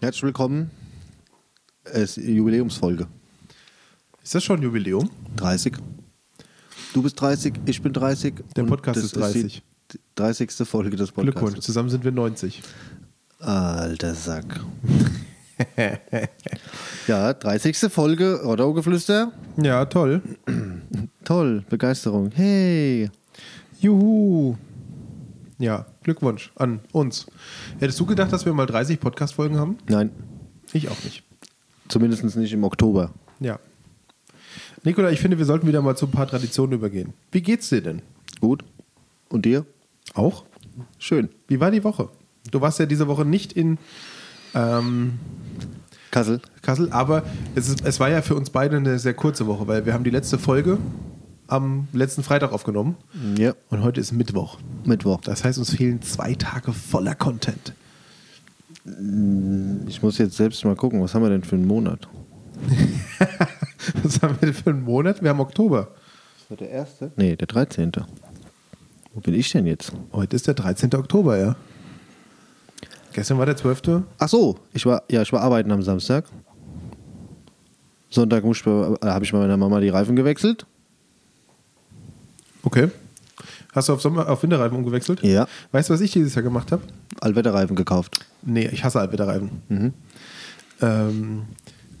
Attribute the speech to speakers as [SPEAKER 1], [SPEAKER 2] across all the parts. [SPEAKER 1] Herzlich willkommen. Es ist Jubiläumsfolge.
[SPEAKER 2] Ist das schon Jubiläum?
[SPEAKER 1] 30. Du bist 30, ich bin 30.
[SPEAKER 2] Der
[SPEAKER 1] und
[SPEAKER 2] Podcast
[SPEAKER 1] das
[SPEAKER 2] ist 30.
[SPEAKER 1] die 30. Folge des Podcasts.
[SPEAKER 2] Glückwunsch, zusammen sind wir 90.
[SPEAKER 1] Alter Sack. ja, 30. Folge Roddau-Geflüster.
[SPEAKER 2] Ja, toll.
[SPEAKER 1] Toll, Begeisterung. Hey.
[SPEAKER 2] Juhu. Ja, Glückwunsch an uns. Hättest du gedacht, dass wir mal 30 Podcast-Folgen haben?
[SPEAKER 1] Nein,
[SPEAKER 2] Ich auch nicht.
[SPEAKER 1] zumindest nicht im Oktober.
[SPEAKER 2] Ja. Nikola, ich finde, wir sollten wieder mal zu ein paar Traditionen übergehen. Wie geht's dir denn?
[SPEAKER 1] Gut. Und dir?
[SPEAKER 2] Auch?
[SPEAKER 1] Schön.
[SPEAKER 2] Wie war die Woche? Du warst ja diese Woche nicht in ähm,
[SPEAKER 1] Kassel.
[SPEAKER 2] Kassel, aber es, ist, es war ja für uns beide eine sehr kurze Woche, weil wir haben die letzte Folge am letzten Freitag aufgenommen
[SPEAKER 1] Ja.
[SPEAKER 2] und heute ist Mittwoch.
[SPEAKER 1] Mittwoch.
[SPEAKER 2] Das heißt, uns fehlen zwei Tage voller Content.
[SPEAKER 1] Ich muss jetzt selbst mal gucken, was haben wir denn für einen Monat?
[SPEAKER 2] Was haben wir denn für einen Monat? Wir haben Oktober.
[SPEAKER 1] Der erste? Nee, der 13. Wo bin ich denn jetzt?
[SPEAKER 2] Heute ist der 13. Oktober, ja. Gestern war der 12.
[SPEAKER 1] Ach so, ich war, ja, ich war arbeiten am Samstag. Sonntag muss ich bei- äh, habe ich bei meiner Mama die Reifen gewechselt.
[SPEAKER 2] Okay. Hast du auf, Sommer, auf Winterreifen umgewechselt?
[SPEAKER 1] Ja.
[SPEAKER 2] Weißt du, was ich dieses Jahr gemacht habe?
[SPEAKER 1] Allwetterreifen gekauft.
[SPEAKER 2] Nee, ich hasse Altwetterreifen. Ähm,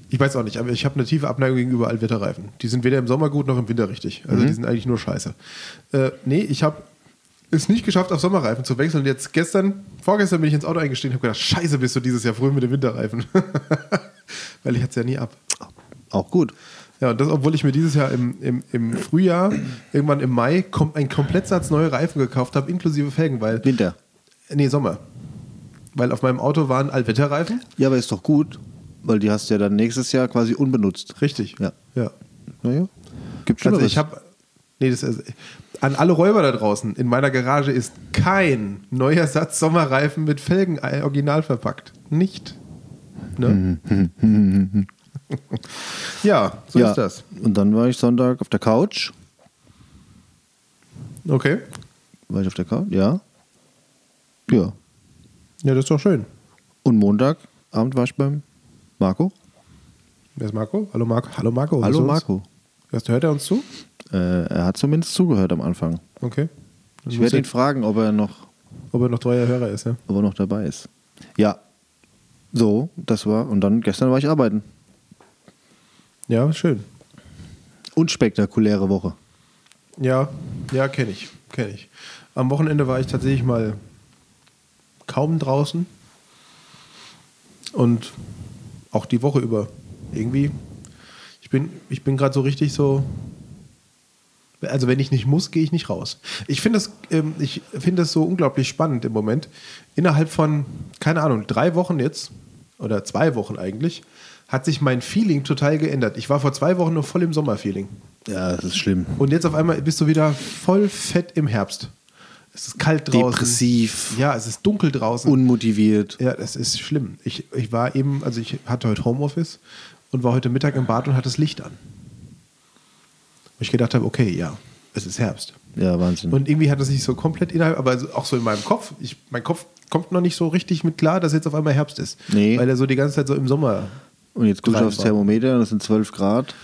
[SPEAKER 2] ich weiß auch nicht, aber ich habe eine tiefe Abneigung gegenüber Altwetterreifen. Die sind weder im Sommer gut noch im Winter richtig. Also die sind eigentlich nur scheiße. Äh, nee, ich habe es nicht geschafft, auf Sommerreifen zu wechseln. Jetzt gestern, vorgestern bin ich ins Auto eingestiegen und habe gedacht, scheiße bist du dieses Jahr früh mit den Winterreifen. Weil ich hatte es ja nie ab.
[SPEAKER 1] Auch gut.
[SPEAKER 2] Ja, und das, obwohl ich mir dieses Jahr im, im, im Frühjahr, irgendwann im Mai, kom einen Komplettsatz neue Reifen gekauft habe, inklusive Felgen, weil.
[SPEAKER 1] Winter.
[SPEAKER 2] Nee, Sommer. Weil auf meinem Auto waren Altwetterreifen.
[SPEAKER 1] Ja, aber ist doch gut, weil die hast du ja dann nächstes Jahr quasi unbenutzt.
[SPEAKER 2] Richtig.
[SPEAKER 1] Ja.
[SPEAKER 2] ja.
[SPEAKER 1] Naja. Gibt schon
[SPEAKER 2] Also ich habe. Nee, das ist, an alle Räuber da draußen, in meiner Garage ist kein neuer Satz Sommerreifen mit Felgen äh, original verpackt. Nicht. Ne? ja, so
[SPEAKER 1] ja.
[SPEAKER 2] ist das.
[SPEAKER 1] Und dann war ich Sonntag auf der Couch.
[SPEAKER 2] Okay.
[SPEAKER 1] War ich auf der Couch? Ja. Ja.
[SPEAKER 2] Ja, das ist doch schön.
[SPEAKER 1] Und Montagabend war ich beim Marco.
[SPEAKER 2] Wer ist Marco? Hallo Marco. Hallo Marco.
[SPEAKER 1] Hallo
[SPEAKER 2] Hörst du uns?
[SPEAKER 1] Marco.
[SPEAKER 2] Hörst du, hört er uns zu?
[SPEAKER 1] Äh, er hat zumindest zugehört am Anfang.
[SPEAKER 2] Okay. Dann
[SPEAKER 1] Ich
[SPEAKER 2] muss
[SPEAKER 1] werde ihn fragen, ob er noch,
[SPEAKER 2] ob er noch treuer Hörer ist, ja?
[SPEAKER 1] ob er noch dabei ist. Ja. So, das war. Und dann gestern war ich arbeiten.
[SPEAKER 2] Ja, schön.
[SPEAKER 1] Unspektakuläre Woche.
[SPEAKER 2] Ja, ja, kenne ich, kenne ich. Am Wochenende war ich tatsächlich mal kaum draußen und auch die Woche über irgendwie. Ich bin, ich bin gerade so richtig so. Also wenn ich nicht muss, gehe ich nicht raus. Ich finde das, ähm, ich finde das so unglaublich spannend im Moment. Innerhalb von keine Ahnung drei Wochen jetzt oder zwei Wochen eigentlich hat sich mein Feeling total geändert. Ich war vor zwei Wochen nur voll im Sommerfeeling.
[SPEAKER 1] Ja, das ist schlimm.
[SPEAKER 2] Und jetzt auf einmal bist du wieder voll fett im Herbst. Es ist kalt draußen.
[SPEAKER 1] Depressiv.
[SPEAKER 2] Ja, es ist dunkel draußen.
[SPEAKER 1] Unmotiviert.
[SPEAKER 2] ja, das ist schlimm. Ich, ich war eben, also ich hatte heute Homeoffice und war heute Mittag im Bad und hatte das Licht an. Und ich gedacht habe, okay, ja, es ist Herbst.
[SPEAKER 1] Ja, Wahnsinn.
[SPEAKER 2] Und irgendwie hat das sich so komplett innerhalb, aber so- auch so in meinem Kopf. Ich, mein Kopf kommt noch nicht so richtig mit klar, dass jetzt auf einmal Herbst ist.
[SPEAKER 1] Nee.
[SPEAKER 2] Weil er so die ganze Zeit so im Sommer.
[SPEAKER 1] Und jetzt gucke ich aufs
[SPEAKER 2] Drei war.
[SPEAKER 1] Thermometer und es sind 12 Grad.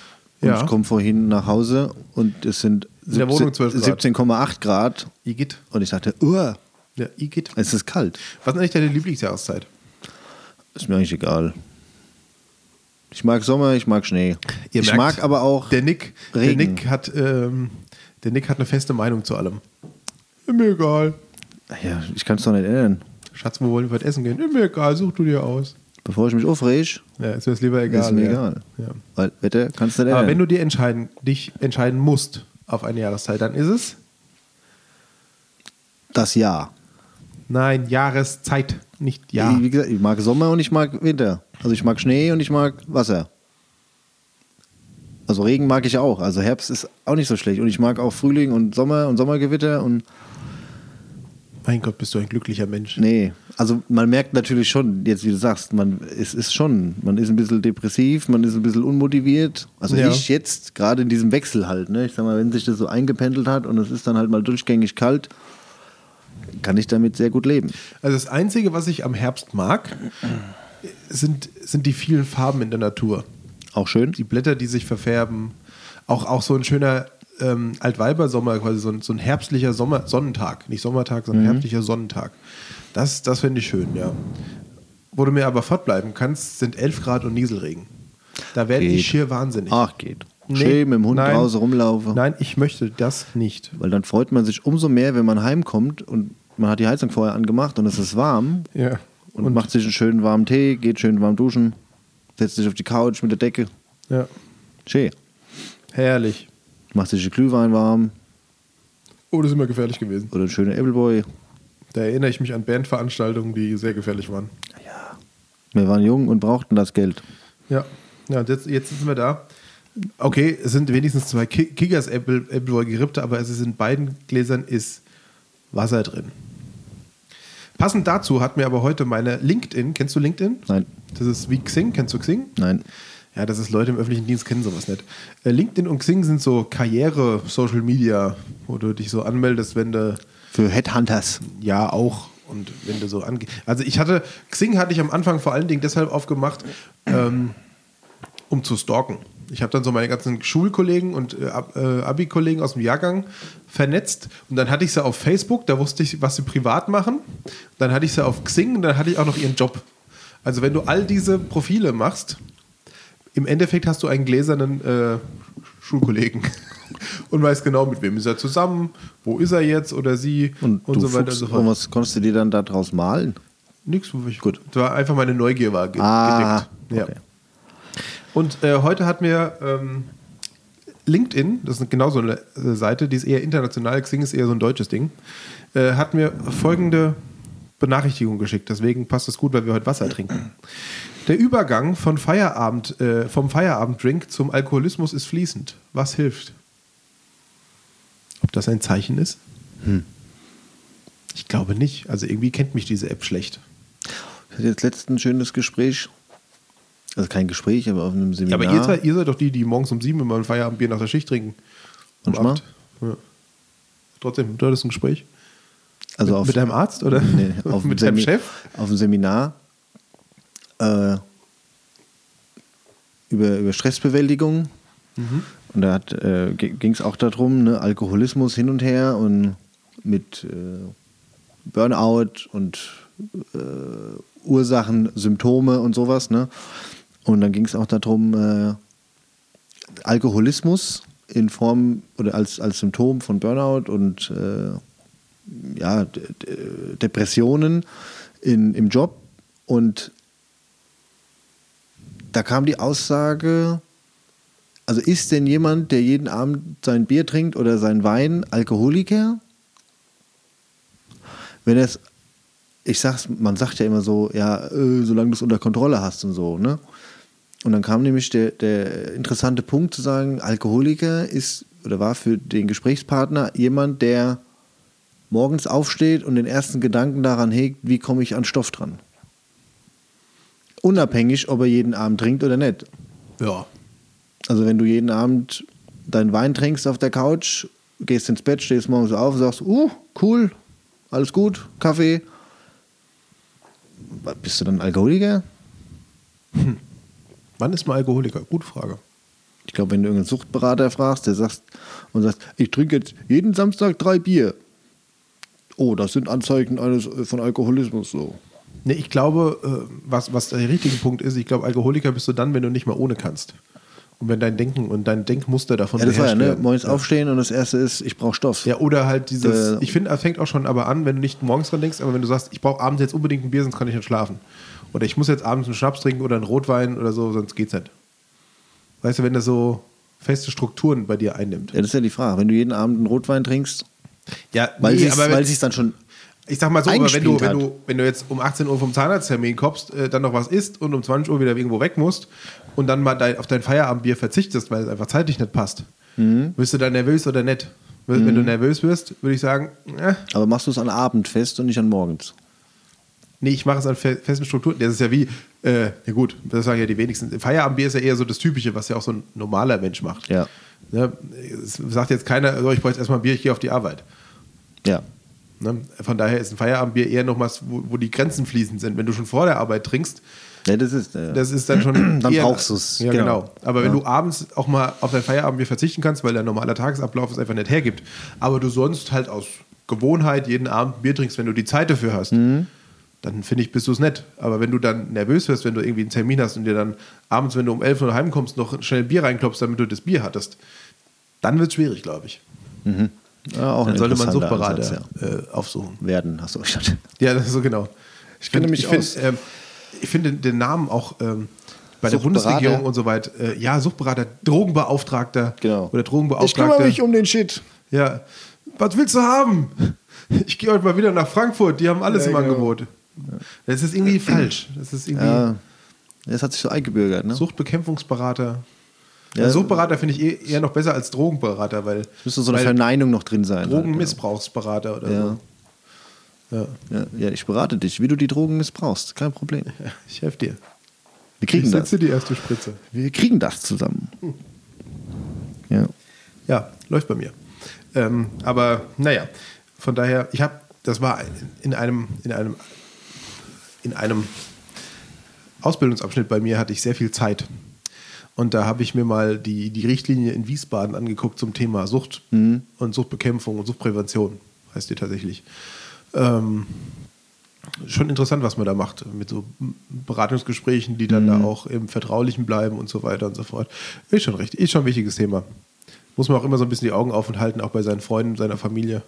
[SPEAKER 1] Und
[SPEAKER 2] Ja.
[SPEAKER 1] ich komme vorhin nach Hause und es sind
[SPEAKER 2] In der Wohnung 12 Grad.
[SPEAKER 1] 17,8 Grad.
[SPEAKER 2] Igitt.
[SPEAKER 1] Und ich dachte, uah,
[SPEAKER 2] Ja, Igitt.
[SPEAKER 1] es ist kalt.
[SPEAKER 2] Was ist eigentlich deine Lieblingsjahreszeit?
[SPEAKER 1] Ist mir eigentlich egal. Ich mag Sommer, ich mag Schnee.
[SPEAKER 2] Ihr
[SPEAKER 1] ich
[SPEAKER 2] merkt,
[SPEAKER 1] mag aber auch.
[SPEAKER 2] Der Nick, der
[SPEAKER 1] Regen.
[SPEAKER 2] Nick, hat, ähm, der Nick hat eine feste Meinung zu allem. Mir egal.
[SPEAKER 1] ja, ich kann es doch nicht ändern.
[SPEAKER 2] Schatz, wo wollen wir was essen gehen? Mir egal, such du dir aus.
[SPEAKER 1] Bevor ich mich aufrege,
[SPEAKER 2] Ja, ist mir das lieber egal.
[SPEAKER 1] ist mir
[SPEAKER 2] ja.
[SPEAKER 1] egal.
[SPEAKER 2] Ja.
[SPEAKER 1] Weil Wetter kannst du nicht
[SPEAKER 2] Aber
[SPEAKER 1] ändern.
[SPEAKER 2] wenn du dir entscheiden, dich entscheiden musst auf eine Jahreszeit, dann ist es?
[SPEAKER 1] das Jahr.
[SPEAKER 2] Nein, Jahreszeit, nicht Jahr.
[SPEAKER 1] Wie, wie gesagt, ich mag Sommer und ich mag Winter. Also ich mag Schnee und ich mag Wasser. Also Regen mag ich auch. Also Herbst ist auch nicht so schlecht. Und ich mag auch Frühling und Sommer und Sommergewitter und
[SPEAKER 2] Mein Gott, bist du ein glücklicher Mensch.
[SPEAKER 1] nee. Also man merkt natürlich schon, jetzt wie du sagst, man es ist schon, man ist ein bisschen depressiv, man ist ein bisschen unmotiviert. Also
[SPEAKER 2] Ja.
[SPEAKER 1] ich jetzt gerade in diesem Wechsel halt, ne? Ich sag mal, wenn sich das so eingependelt hat und es ist dann halt mal durchgängig kalt, kann ich damit sehr gut leben.
[SPEAKER 2] Also das Einzige, was ich am Herbst mag, sind, sind die vielen Farben in der Natur.
[SPEAKER 1] Auch schön.
[SPEAKER 2] Die Blätter, die sich verfärben. Auch, auch so ein schöner ähm, Altweibersommer, quasi so ein, so ein herbstlicher Sommer, Sonnentag. Nicht Sommertag,
[SPEAKER 1] Mhm.
[SPEAKER 2] sondern herbstlicher Sonnentag. Das, das finde ich schön, ja. Wo du mir aber fortbleiben kannst, sind 11 Grad und Nieselregen. Da werde
[SPEAKER 1] Geht.
[SPEAKER 2] ich schier wahnsinnig.
[SPEAKER 1] Ach, geht.
[SPEAKER 2] Nee,
[SPEAKER 1] Schön mit dem Hund
[SPEAKER 2] nein.
[SPEAKER 1] draußen rumlaufen.
[SPEAKER 2] Nein, ich möchte das nicht.
[SPEAKER 1] Weil dann freut man sich umso mehr, wenn man heimkommt und man hat die Heizung vorher angemacht und es ist warm
[SPEAKER 2] Ja.
[SPEAKER 1] und, macht sich einen schönen warmen Tee, geht schön warm duschen, setzt sich auf die Couch mit der Decke.
[SPEAKER 2] Ja.
[SPEAKER 1] Schön.
[SPEAKER 2] Herrlich.
[SPEAKER 1] Macht sich einen Glühwein warm
[SPEAKER 2] Oh, das ist immer gefährlich gewesen.
[SPEAKER 1] oder einen schönen Appleboy.
[SPEAKER 2] Da erinnere ich mich an Bandveranstaltungen, die sehr gefährlich waren.
[SPEAKER 1] Wir waren jung und brauchten das Geld.
[SPEAKER 2] Ja, ja und jetzt, jetzt sitzen wir da. Okay, es sind wenigstens zwei Ki- Kickers Apple, Appleboy gerippte, aber es ist in beiden Gläsern ist Wasser drin. Passend dazu hat mir aber heute meine LinkedIn, kennst du LinkedIn?
[SPEAKER 1] Nein.
[SPEAKER 2] Das ist wie Xing, kennst du Xing?
[SPEAKER 1] Nein.
[SPEAKER 2] Ja, das ist Leute im öffentlichen Dienst kennen sowas nicht. Äh, LinkedIn und Xing sind so Karriere, Social Media, wo du dich so anmeldest, wenn du
[SPEAKER 1] Für Headhunters.
[SPEAKER 2] ja auch und wenn du so ange Also ich hatte, Xing hatte ich am Anfang vor allen Dingen deshalb aufgemacht, ähm, um zu stalken. Ich habe dann so meine ganzen Schulkollegen und äh, Ab- äh, Abi-Kollegen aus dem Jahrgang vernetzt und dann hatte ich sie auf Facebook, da wusste ich, was sie privat machen. Dann hatte ich sie auf Xing und dann hatte ich auch noch ihren Job. Also wenn du all diese Profile machst, im Endeffekt hast du einen gläsernen äh, Schulkollegen und weißt genau, mit wem ist er zusammen, wo ist er jetzt oder sie
[SPEAKER 1] Und, du
[SPEAKER 2] so weiter und
[SPEAKER 1] Fuchs,
[SPEAKER 2] so fort.
[SPEAKER 1] und was konntest du dir dann da draus malen?
[SPEAKER 2] Nix, ich, gut. Das war einfach meine Neugier war ge
[SPEAKER 1] Ah,
[SPEAKER 2] gedeckt. Ja.
[SPEAKER 1] okay.
[SPEAKER 2] Und äh, heute hat mir ähm, LinkedIn, das ist genau so eine äh, Seite, die ist eher international, Xing ist eher so ein deutsches Ding, äh, hat mir folgende Benachrichtigung geschickt. Deswegen passt es gut, weil wir heute Wasser trinken. Der Übergang von Feierabend, äh, vom Feierabenddrink zum Alkoholismus ist fließend. Was hilft? Ob das ein Zeichen ist?
[SPEAKER 1] Hm.
[SPEAKER 2] Ich glaube nicht. Also irgendwie kennt mich diese App schlecht.
[SPEAKER 1] Ich hatte jetzt letztens ein schönes Gespräch. Also kein Gespräch, aber auf einem
[SPEAKER 2] Ja,
[SPEAKER 1] Seminar.
[SPEAKER 2] aber ihr seid, ihr seid doch die, die morgens um sieben immer ein Feierabendbier nach der Schicht trinken. Um
[SPEAKER 1] Manchmal.
[SPEAKER 2] acht. Ja. Trotzdem, du hattest ein Gespräch.
[SPEAKER 1] also
[SPEAKER 2] mit,
[SPEAKER 1] auf,
[SPEAKER 2] mit deinem Arzt oder
[SPEAKER 1] Nee, auf
[SPEAKER 2] mit
[SPEAKER 1] dem
[SPEAKER 2] deinem
[SPEAKER 1] Semi-
[SPEAKER 2] Chef?
[SPEAKER 1] Auf dem Seminar äh, über, über Stressbewältigung.
[SPEAKER 2] Mhm.
[SPEAKER 1] Und da äh, ging es auch darum, ne, Alkoholismus hin und her und mit äh, Burnout und äh, Ursachen, Symptome und sowas. Ne? Und dann ging es auch darum, äh, Alkoholismus in Form oder als, als Symptom von Burnout und äh, ja, D- D- Depressionen in, im Job und da kam die Aussage, also ist denn jemand, der jeden Abend sein Bier trinkt oder seinen Wein, Alkoholiker? Wenn es, ich sag's, man sagt ja immer so, ja, äh, solange du es unter Kontrolle hast und so, ne? Und dann kam nämlich der, der interessante Punkt zu sagen, Alkoholiker ist oder war für den Gesprächspartner jemand, der morgens aufsteht und den ersten Gedanken daran hegt, wie komme ich an Stoff dran. Unabhängig, ob er jeden Abend trinkt oder nicht.
[SPEAKER 2] Ja.
[SPEAKER 1] Also wenn du jeden Abend deinen Wein trinkst auf der Couch, gehst ins Bett, stehst morgens auf und sagst, uh, cool, alles gut, Kaffee. Bist du dann Alkoholiker?
[SPEAKER 2] Wann ist man Alkoholiker? Gute Frage.
[SPEAKER 1] Ich glaube, wenn du irgendeinen Suchtberater fragst, der sagt und sagt, ich trinke jetzt jeden Samstag drei Bier. Oh, das sind Anzeichen eines, äh, von Alkoholismus so.
[SPEAKER 2] Nee, ich glaube, äh, was, was der richtige Punkt ist, ich glaube, Alkoholiker bist du dann, wenn du nicht mehr ohne kannst. Und wenn dein Denken und dein Denkmuster davon
[SPEAKER 1] Ja, das war ja,
[SPEAKER 2] beherrscht
[SPEAKER 1] ne?
[SPEAKER 2] werden.
[SPEAKER 1] Morgens
[SPEAKER 2] Ja.
[SPEAKER 1] aufstehen und das erste ist, ich brauche Stoff.
[SPEAKER 2] Ja, oder halt dieses,
[SPEAKER 1] Äh,
[SPEAKER 2] ich finde, es fängt auch schon aber an, wenn du nicht morgens dran denkst, aber wenn du sagst, ich brauche abends jetzt unbedingt ein Bier, sonst kann ich nicht schlafen. Oder ich muss jetzt abends einen Schnaps trinken oder einen Rotwein oder so, sonst geht's nicht. Weißt du, wenn das so feste Strukturen bei dir einnimmt.
[SPEAKER 1] Ja, das ist ja die Frage. Wenn du jeden Abend einen Rotwein trinkst,
[SPEAKER 2] Ja,
[SPEAKER 1] weil
[SPEAKER 2] nee,
[SPEAKER 1] sich's-
[SPEAKER 2] aber wenn-
[SPEAKER 1] weil sich dann schon.
[SPEAKER 2] ich sag mal so, aber wenn du,
[SPEAKER 1] eingespielt hat.
[SPEAKER 2] wenn, du, wenn du jetzt um 18 Uhr vom Zahnarzttermin kommst, äh, dann noch was isst und um 20 Uhr wieder irgendwo weg musst und dann mal dein, auf dein Feierabendbier verzichtest, weil es einfach zeitlich nicht passt,
[SPEAKER 1] Mhm.
[SPEAKER 2] wirst du dann nervös oder nicht? Wenn wenn du nervös wirst, würde ich sagen, äh,
[SPEAKER 1] Aber machst du es an Abend fest und nicht an morgens.
[SPEAKER 2] Nee, ich mache es an fe festen Strukturen. Das ist ja wie, äh, ja gut, das sagen ja die wenigsten. Feierabendbier ist ja eher so das Typische, was ja auch so ein normaler Mensch macht.
[SPEAKER 1] Ja.
[SPEAKER 2] Ne? Es sagt jetzt keiner, so, ich brauche jetzt erstmal ein Bier, ich gehe auf die Arbeit.
[SPEAKER 1] Ja.
[SPEAKER 2] Ne? Von daher ist ein Feierabendbier eher noch was, wo, wo die Grenzen fließend sind. Wenn du schon vor der Arbeit trinkst,
[SPEAKER 1] Ja, das ist. Äh,
[SPEAKER 2] Das ist dann schon.
[SPEAKER 1] Dann
[SPEAKER 2] eher-
[SPEAKER 1] brauchst du's,
[SPEAKER 2] Ja,
[SPEAKER 1] genau.
[SPEAKER 2] genau. Aber wenn
[SPEAKER 1] Ja.
[SPEAKER 2] du abends auch mal auf dein Feierabendbier verzichten kannst, weil dein normaler Tagesablauf es einfach nicht hergibt, aber du sonst halt aus Gewohnheit jeden Abend ein Bier trinkst, wenn du die Zeit dafür hast,
[SPEAKER 1] Mhm.
[SPEAKER 2] dann finde ich, bist du es nett. Aber wenn du dann nervös wirst, wenn du irgendwie einen Termin hast und dir dann abends, wenn du um 11 Uhr heimkommst, noch schnell ein Bier reinklopfst, damit du das Bier hattest, dann wird es schwierig, glaube ich.
[SPEAKER 1] ja, auch
[SPEAKER 2] Dann
[SPEAKER 1] ein
[SPEAKER 2] sollte man
[SPEAKER 1] interessanter
[SPEAKER 2] Suchtberater
[SPEAKER 1] Ansatz, ja.
[SPEAKER 2] äh, aufsuchen.
[SPEAKER 1] werden. Achso, ich dachte.
[SPEAKER 2] Ja, das ist so genau. Ich
[SPEAKER 3] kenne
[SPEAKER 2] find-
[SPEAKER 3] mich
[SPEAKER 2] ich find,
[SPEAKER 3] aus.
[SPEAKER 2] Ähm, ich finde den Namen auch ähm, bei der
[SPEAKER 1] Suchtberater.
[SPEAKER 2] Bundesregierung und so weit. Äh, ja, Suchtberater, Drogenbeauftragter
[SPEAKER 1] Genau.
[SPEAKER 2] oder
[SPEAKER 3] Ich kümmere
[SPEAKER 2] Drogenbeauftragter.
[SPEAKER 3] mich um den Shit.
[SPEAKER 2] ja, was willst du haben? Ich gehe heute mal wieder nach Frankfurt. Die haben alles
[SPEAKER 3] Ja,
[SPEAKER 2] im
[SPEAKER 3] genau.
[SPEAKER 2] Angebot. Das ist irgendwie falsch. Das ist irgendwie
[SPEAKER 1] Ja, das hat sich so eingebürgert, ne?
[SPEAKER 2] Suchtbekämpfungsberater.
[SPEAKER 1] Ja.
[SPEAKER 2] Suchtberater finde ich eh- eher noch besser als Drogenberater, weil
[SPEAKER 1] Müsste so eine
[SPEAKER 2] weil
[SPEAKER 1] Verneinung noch drin sein. halt,
[SPEAKER 2] Drogenmissbrauchsberater oder
[SPEAKER 1] Ja.
[SPEAKER 2] so. Ja,
[SPEAKER 1] halt, ja. ja, ich berate dich, wie du die Drogen missbrauchst. Kein Problem.
[SPEAKER 2] ich helfe dir.
[SPEAKER 1] Wir kriegen
[SPEAKER 2] ich
[SPEAKER 1] das.
[SPEAKER 2] setze die erste Spritze.
[SPEAKER 1] Wir kriegen das zusammen. Ja.
[SPEAKER 2] Ja, läuft bei mir. Ähm, aber naja, von daher, ich habe, das war in einem, in einem, in einem Ausbildungsabschnitt bei mir hatte ich sehr viel Zeit. Und da habe ich mir mal die, die Richtlinie in Wiesbaden angeguckt zum Thema Sucht und Suchtbekämpfung und Suchtprävention, heißt die tatsächlich. Ähm, schon interessant, was man da macht mit so Beratungsgesprächen, die dann
[SPEAKER 1] Mhm.
[SPEAKER 2] da auch im Vertraulichen bleiben und so weiter und so fort. Ist schon recht, ist schon ein wichtiges Thema. Muss man auch immer so ein bisschen die Augen auf und halten, auch bei seinen Freunden, seiner Familie.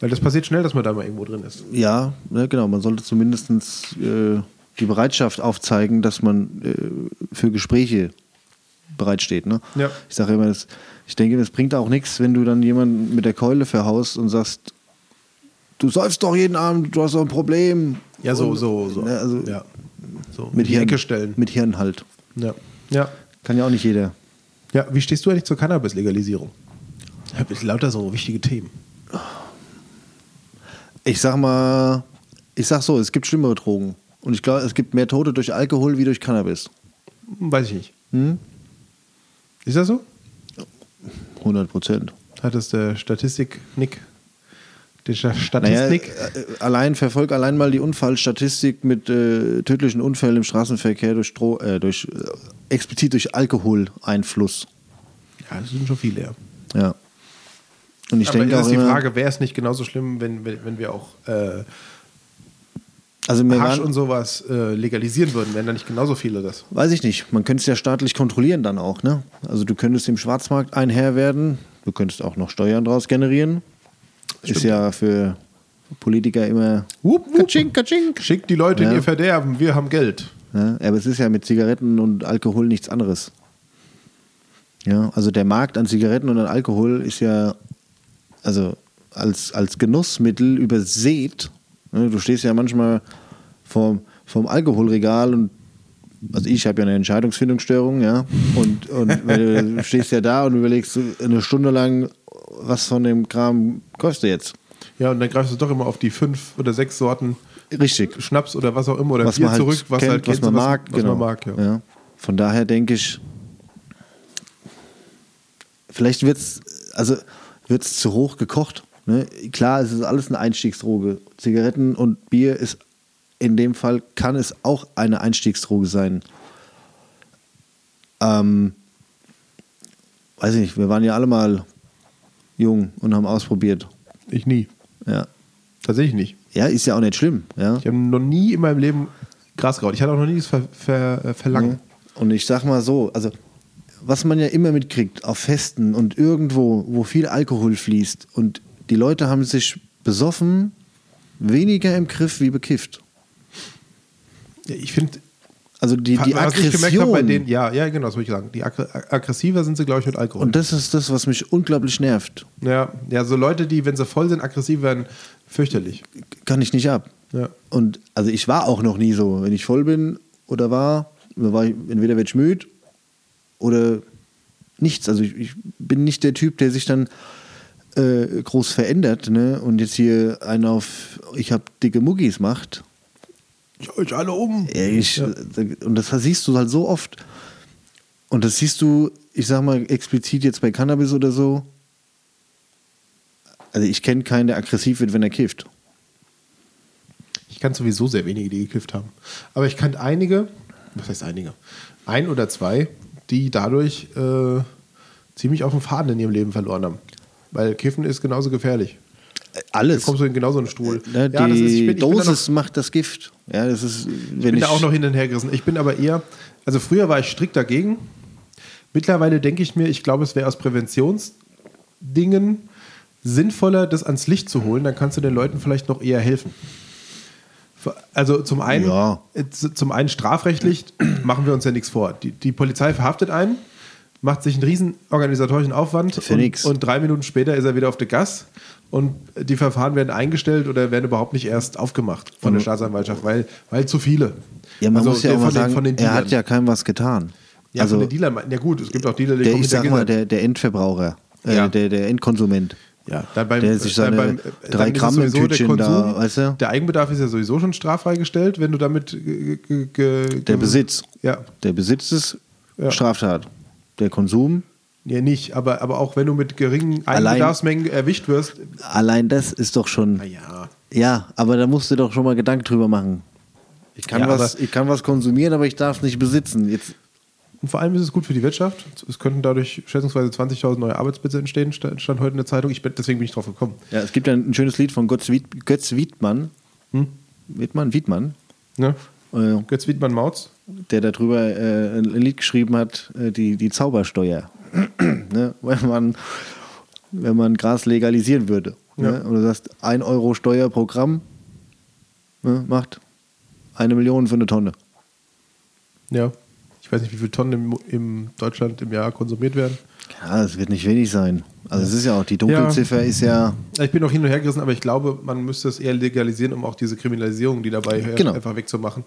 [SPEAKER 2] Weil das passiert schnell, dass man da mal irgendwo drin ist.
[SPEAKER 1] Ja, ne, genau. Man sollte zumindest äh, die Bereitschaft aufzeigen, dass man äh, für Gespräche bereitsteht. Ne?
[SPEAKER 2] Ja.
[SPEAKER 1] Ich sage immer, das, ich denke, das bringt auch nichts, wenn du dann jemanden mit der Keule verhaust und sagst, du säufst doch jeden Abend, du hast doch ein Problem.
[SPEAKER 2] Ja, so,
[SPEAKER 1] Und-
[SPEAKER 2] so, so.
[SPEAKER 1] Ne, also
[SPEAKER 2] ja. so
[SPEAKER 1] mit
[SPEAKER 2] in die
[SPEAKER 1] Hirn,
[SPEAKER 2] Ecke stellen.
[SPEAKER 1] Mit Hirn halt.
[SPEAKER 2] ja. ja.
[SPEAKER 1] Kann ja auch nicht jeder.
[SPEAKER 2] Ja, wie stehst du eigentlich zur Cannabis-Legalisierung? Ja, das sind Lauter so wichtige Themen.
[SPEAKER 1] Ich sag mal, ich sag so, es gibt schlimmere Drogen. Und ich glaube, es gibt mehr Tote durch Alkohol wie durch Cannabis.
[SPEAKER 2] Hm, Weiß ich nicht.
[SPEAKER 1] Hm?
[SPEAKER 2] Ist das so?
[SPEAKER 1] 100 Prozent.
[SPEAKER 2] Hat das der Statistik-Nick? Der Sta-
[SPEAKER 1] Naja,
[SPEAKER 2] Statistik?
[SPEAKER 1] äh, allein verfolg allein mal die Unfallstatistik mit äh, tödlichen Unfällen im Straßenverkehr durch, Dro äh, durch äh, explizit durch Alkoholeinfluss.
[SPEAKER 2] ja, das sind schon viele, ja.
[SPEAKER 1] Ja. Und ich
[SPEAKER 2] Aber
[SPEAKER 1] denke
[SPEAKER 2] das
[SPEAKER 1] auch
[SPEAKER 2] ist die
[SPEAKER 1] immer,
[SPEAKER 2] Frage, wäre es nicht genauso schlimm, wenn, wenn, wenn wir auch äh,
[SPEAKER 1] also wir
[SPEAKER 2] Hasch
[SPEAKER 1] waren,
[SPEAKER 2] und sowas äh, legalisieren würden? Wären da nicht genauso viele das?
[SPEAKER 1] weiß ich nicht, man könnte es ja staatlich kontrollieren dann auch, ne? Also du könntest im Schwarzmarkt ein Herr werden, du könntest auch noch Steuern draus generieren. Ist ja für Politiker immer
[SPEAKER 2] Wupp, wupp.
[SPEAKER 1] Katsching, katsching.
[SPEAKER 2] Schickt die Leute
[SPEAKER 1] Ja.
[SPEAKER 2] in ihr Verderben, wir haben Geld.
[SPEAKER 1] Ja, Ne? aber es ist ja mit Zigaretten und Alkohol nichts anderes. Ja, also der Markt an Zigaretten und an Alkohol ist ja also als, als Genussmittel übersät. Ne, Du stehst ja manchmal vorm, vorm Alkoholregal und also ich habe ja eine Entscheidungsfindungsstörung, ja. Und, und wenn du stehst ja da und überlegst so eine Stunde lang, was von dem Kram kostet jetzt.
[SPEAKER 2] Ja, und dann greifst du doch immer auf die fünf oder sechs Sorten
[SPEAKER 1] Richtig.
[SPEAKER 2] Schnaps oder was auch immer oder
[SPEAKER 1] was
[SPEAKER 2] Bier
[SPEAKER 1] man halt
[SPEAKER 2] zurück, was
[SPEAKER 1] kennt,
[SPEAKER 2] halt
[SPEAKER 1] was
[SPEAKER 2] kennst
[SPEAKER 1] man
[SPEAKER 2] und
[SPEAKER 1] mag.
[SPEAKER 2] was
[SPEAKER 1] genau.
[SPEAKER 2] man mag. Ja.
[SPEAKER 1] Ja. Von daher denke ich, vielleicht wird es also wird's zu hoch gekocht. Ne? Klar, es ist alles eine Einstiegsdroge. Zigaretten und Bier ist in dem Fall, kann es auch eine Einstiegsdroge sein. Ähm, weiß ich nicht, wir waren ja alle mal jung und haben ausprobiert.
[SPEAKER 2] Ich nie.
[SPEAKER 1] Ja,
[SPEAKER 2] Tatsächlich nicht.
[SPEAKER 1] ja ist ja auch nicht schlimm. Ja?
[SPEAKER 2] Ich habe noch nie in meinem Leben Gras geraucht. Ich hatte auch noch nie das Ver Ver äh, Verlangen.
[SPEAKER 1] Mhm. Und ich sag mal so, also was man ja immer mitkriegt auf Festen und irgendwo, wo viel Alkohol fließt und die Leute haben sich besoffen, weniger im Griff wie bekifft.
[SPEAKER 2] Ja, Ich finde,
[SPEAKER 1] Also die, die
[SPEAKER 2] was
[SPEAKER 1] Aggression.
[SPEAKER 2] ich gemerkt habe bei denen, ja, ja, genau, das wollte ich sagen. Die aggr aggressiver sind sie, glaube ich, mit Alkohol.
[SPEAKER 1] und das ist das, was mich unglaublich nervt.
[SPEAKER 2] ja, ja, so Leute, die, wenn sie voll sind, aggressiv werden, fürchterlich.
[SPEAKER 1] Kann ich nicht ab.
[SPEAKER 2] Ja.
[SPEAKER 1] Und also ich war auch noch nie so. Wenn ich voll bin oder war, dann war ich, entweder werde ich müde oder nichts. Also ich, ich bin nicht der Typ, der sich dann äh, groß verändert ne? und jetzt hier einen auf ich habe dicke Muggis macht.
[SPEAKER 2] Ich euch alle um.
[SPEAKER 1] Ja, Ich, Und das siehst du halt so oft. Und das siehst du, ich sag mal, explizit jetzt bei Cannabis oder so. Also ich kenne keinen, der aggressiv wird, wenn er kifft.
[SPEAKER 2] Ich kann sowieso sehr wenige, die gekifft haben. Aber ich kannte einige, was heißt einige, ein oder zwei, die dadurch äh, ziemlich auf den Faden in ihrem Leben verloren haben. Weil Kiffen ist genauso gefährlich. Da
[SPEAKER 1] Äh, Alles.
[SPEAKER 2] kommst du in genauso einen Stuhl.
[SPEAKER 1] Ne, die
[SPEAKER 2] Ja, das ist- ich bin- ich bin da noch-
[SPEAKER 1] Dosis macht das Gift. Ja, das ist,
[SPEAKER 2] Ich
[SPEAKER 1] wenn
[SPEAKER 2] bin da auch noch hin und her gerissen. Ich bin aber eher, also früher war ich strikt dagegen. Mittlerweile denke ich mir, ich glaube, es wäre aus Präventionsdingen sinnvoller, das ans Licht zu holen. Dann kannst du den Leuten vielleicht noch eher helfen. Also zum einen,
[SPEAKER 1] Ja.
[SPEAKER 2] äh, z- zum einen strafrechtlich machen wir uns ja nichts vor. Die, die Polizei verhaftet einen, macht sich einen riesen organisatorischen Aufwand
[SPEAKER 1] Für
[SPEAKER 2] und,
[SPEAKER 1] nix.
[SPEAKER 2] und drei Minuten später ist er wieder auf der Gas und die Verfahren werden eingestellt oder werden überhaupt nicht erst aufgemacht von der Staatsanwaltschaft, weil, weil zu viele.
[SPEAKER 1] Mhm. ja, man
[SPEAKER 2] Also
[SPEAKER 1] muss ja
[SPEAKER 2] der
[SPEAKER 1] auch mal
[SPEAKER 2] von den,
[SPEAKER 1] sagen,
[SPEAKER 2] von den
[SPEAKER 1] er
[SPEAKER 2] Dealern.
[SPEAKER 1] hat ja keinem was getan.
[SPEAKER 2] ja,
[SPEAKER 1] also
[SPEAKER 2] von den Dealern. mein- Ja gut, es gibt auch Dealer, die
[SPEAKER 1] der,
[SPEAKER 2] kommen
[SPEAKER 1] ich
[SPEAKER 2] mit der
[SPEAKER 1] sag mal,
[SPEAKER 2] Gilde.
[SPEAKER 1] der, der Endverbraucher, äh,
[SPEAKER 2] Ja.
[SPEAKER 1] der, der Endkonsument.
[SPEAKER 2] ja, dann beim,
[SPEAKER 1] der sich seine
[SPEAKER 2] dann
[SPEAKER 1] drei
[SPEAKER 2] dann ist es
[SPEAKER 1] Gramm im
[SPEAKER 2] sowieso der
[SPEAKER 1] Tütchen da,
[SPEAKER 2] Konsum,
[SPEAKER 1] weißt du?
[SPEAKER 2] Der Eigenbedarf ist ja sowieso schon straffrei gestellt, wenn du damit ge- ge- ge-
[SPEAKER 1] Der
[SPEAKER 2] ge-
[SPEAKER 1] Besitz.
[SPEAKER 2] Ja,
[SPEAKER 1] Der Besitz ist
[SPEAKER 2] Ja.
[SPEAKER 1] Straftat. Der Konsum,
[SPEAKER 2] ja nicht, aber, aber auch wenn du mit geringen
[SPEAKER 1] Allein-
[SPEAKER 2] Eigenbedarfsmengen erwischt wirst,
[SPEAKER 1] allein das ist doch schon.
[SPEAKER 2] naja,
[SPEAKER 1] Ja, aber da musst du doch schon mal Gedanken drüber machen. Ich kann,
[SPEAKER 2] Ja,
[SPEAKER 1] was,
[SPEAKER 2] aber-
[SPEAKER 1] ich kann was konsumieren, aber ich darf es nicht besitzen. Jetzt,
[SPEAKER 2] Und vor allem ist es gut für die Wirtschaft. Es könnten dadurch schätzungsweise 20.000 neue Arbeitsplätze entstehen, sta- stand heute in der Zeitung. Ich bin, deswegen bin ich drauf gekommen.
[SPEAKER 1] ja, es gibt ja ein schönes Lied von Götz, Wied, Götz Wiedmann.
[SPEAKER 2] Hm?
[SPEAKER 1] Wiedmann? Wiedmann.
[SPEAKER 2] Ne?
[SPEAKER 1] Äh,
[SPEAKER 2] Götz Wiedmann Mautz.
[SPEAKER 1] der darüber äh, ein Lied geschrieben hat, äh, die, die Zaubersteuer. ne? wenn, man, wenn man Gras legalisieren würde.
[SPEAKER 2] Ja.
[SPEAKER 1] Ne? Und du sagst, 1 Euro Steuer pro Gramm ne, macht eine Million für eine Tonne.
[SPEAKER 2] Ja. Ich weiß nicht, wie viele Tonnen im, im Deutschland im Jahr konsumiert werden.
[SPEAKER 1] Ja, es wird nicht wenig sein. Also es ist ja auch, die Dunkelziffer ist ja,
[SPEAKER 2] Ich bin noch hin und her gerissen, aber ich glaube, man müsste es eher legalisieren, um auch diese Kriminalisierung, die dabei herrscht,
[SPEAKER 1] Genau.
[SPEAKER 2] einfach wegzumachen.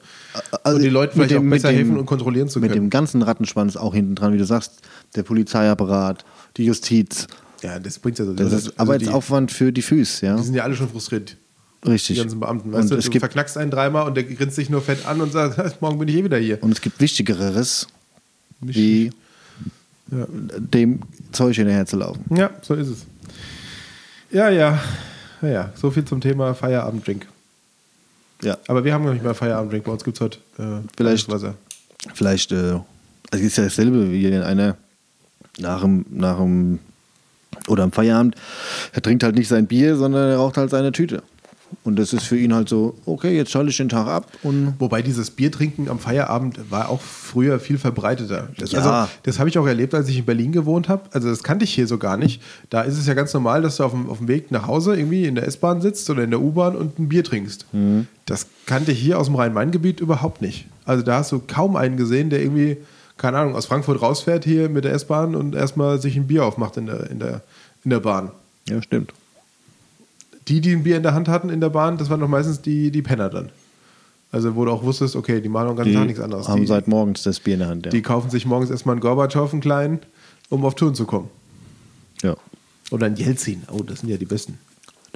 [SPEAKER 1] also
[SPEAKER 2] und den Leuten
[SPEAKER 1] mit
[SPEAKER 2] vielleicht
[SPEAKER 1] dem-
[SPEAKER 2] auch besser
[SPEAKER 1] mit dem-
[SPEAKER 2] helfen und kontrollieren zu
[SPEAKER 1] mit dem
[SPEAKER 2] können.
[SPEAKER 1] ganzen Rattenschwanz auch hinten dran, wie du sagst, der Polizeiapparat, die Justiz.
[SPEAKER 2] Ja, das bringt ja so.
[SPEAKER 1] Das
[SPEAKER 2] also
[SPEAKER 1] ist Arbeitsaufwand
[SPEAKER 2] die,
[SPEAKER 1] Aufwand für die Füße, ja.
[SPEAKER 2] die sind ja alle schon frustriert. Die
[SPEAKER 1] Richtig.
[SPEAKER 2] ganzen Beamten.
[SPEAKER 1] Und
[SPEAKER 2] Weißt du,
[SPEAKER 1] es
[SPEAKER 2] du
[SPEAKER 1] gibt
[SPEAKER 2] verknackst einen dreimal und der grinst dich nur fett an und sagt, morgen bin ich eh wieder hier.
[SPEAKER 1] Und es gibt Wichtigeres, wie
[SPEAKER 2] Ja.
[SPEAKER 1] dem Zeug hinterher zu laufen.
[SPEAKER 2] Ja, so ist es. Ja, ja. Ja, ja. So viel zum Thema Feierabenddrink.
[SPEAKER 1] Ja.
[SPEAKER 2] Aber wir haben noch nicht mal Feierabenddrink. Bei uns gibt es heute äh,
[SPEAKER 1] Vielleicht.
[SPEAKER 2] Wasser.
[SPEAKER 1] Vielleicht, äh, also es ist ja dasselbe wie in einer nach dem, nach dem oder am Feierabend, er trinkt halt nicht sein Bier, sondern er raucht halt seine Tüte. Und das ist für ihn halt so, okay, jetzt schalte ich den Tag ab und
[SPEAKER 2] Wobei dieses Biertrinken am Feierabend war auch früher viel verbreiteter. Das,
[SPEAKER 1] Ja.
[SPEAKER 2] also, das habe ich auch erlebt, als ich in Berlin gewohnt habe. Also das kannte ich hier so gar nicht. Da ist es ja ganz normal, dass du auf dem, auf dem Weg nach Hause irgendwie in der S-Bahn sitzt oder in der U-Bahn und ein Bier trinkst. Das kannte ich hier aus dem Rhein-Main-Gebiet überhaupt nicht. Also da hast du kaum einen gesehen, der irgendwie, keine Ahnung, aus Frankfurt rausfährt hier mit der S-Bahn und erstmal sich ein Bier aufmacht in der, in der, in der Bahn.
[SPEAKER 1] ja, stimmt.
[SPEAKER 2] Die, die ein Bier in der Hand hatten in der Bahn, das waren doch meistens die, die Penner dann. Also wo du auch wusstest, okay, die machen den ganzen
[SPEAKER 1] Die
[SPEAKER 2] Tag nichts anderes.
[SPEAKER 1] haben
[SPEAKER 2] Die-
[SPEAKER 1] seit morgens das Bier in der Hand. Ja.
[SPEAKER 2] die kaufen sich morgens erstmal einen Gorbatschow, einen kleinen, um auf Touren zu kommen.
[SPEAKER 1] ja.
[SPEAKER 2] Oder einen Jelzin. Oh, das sind ja die Besten.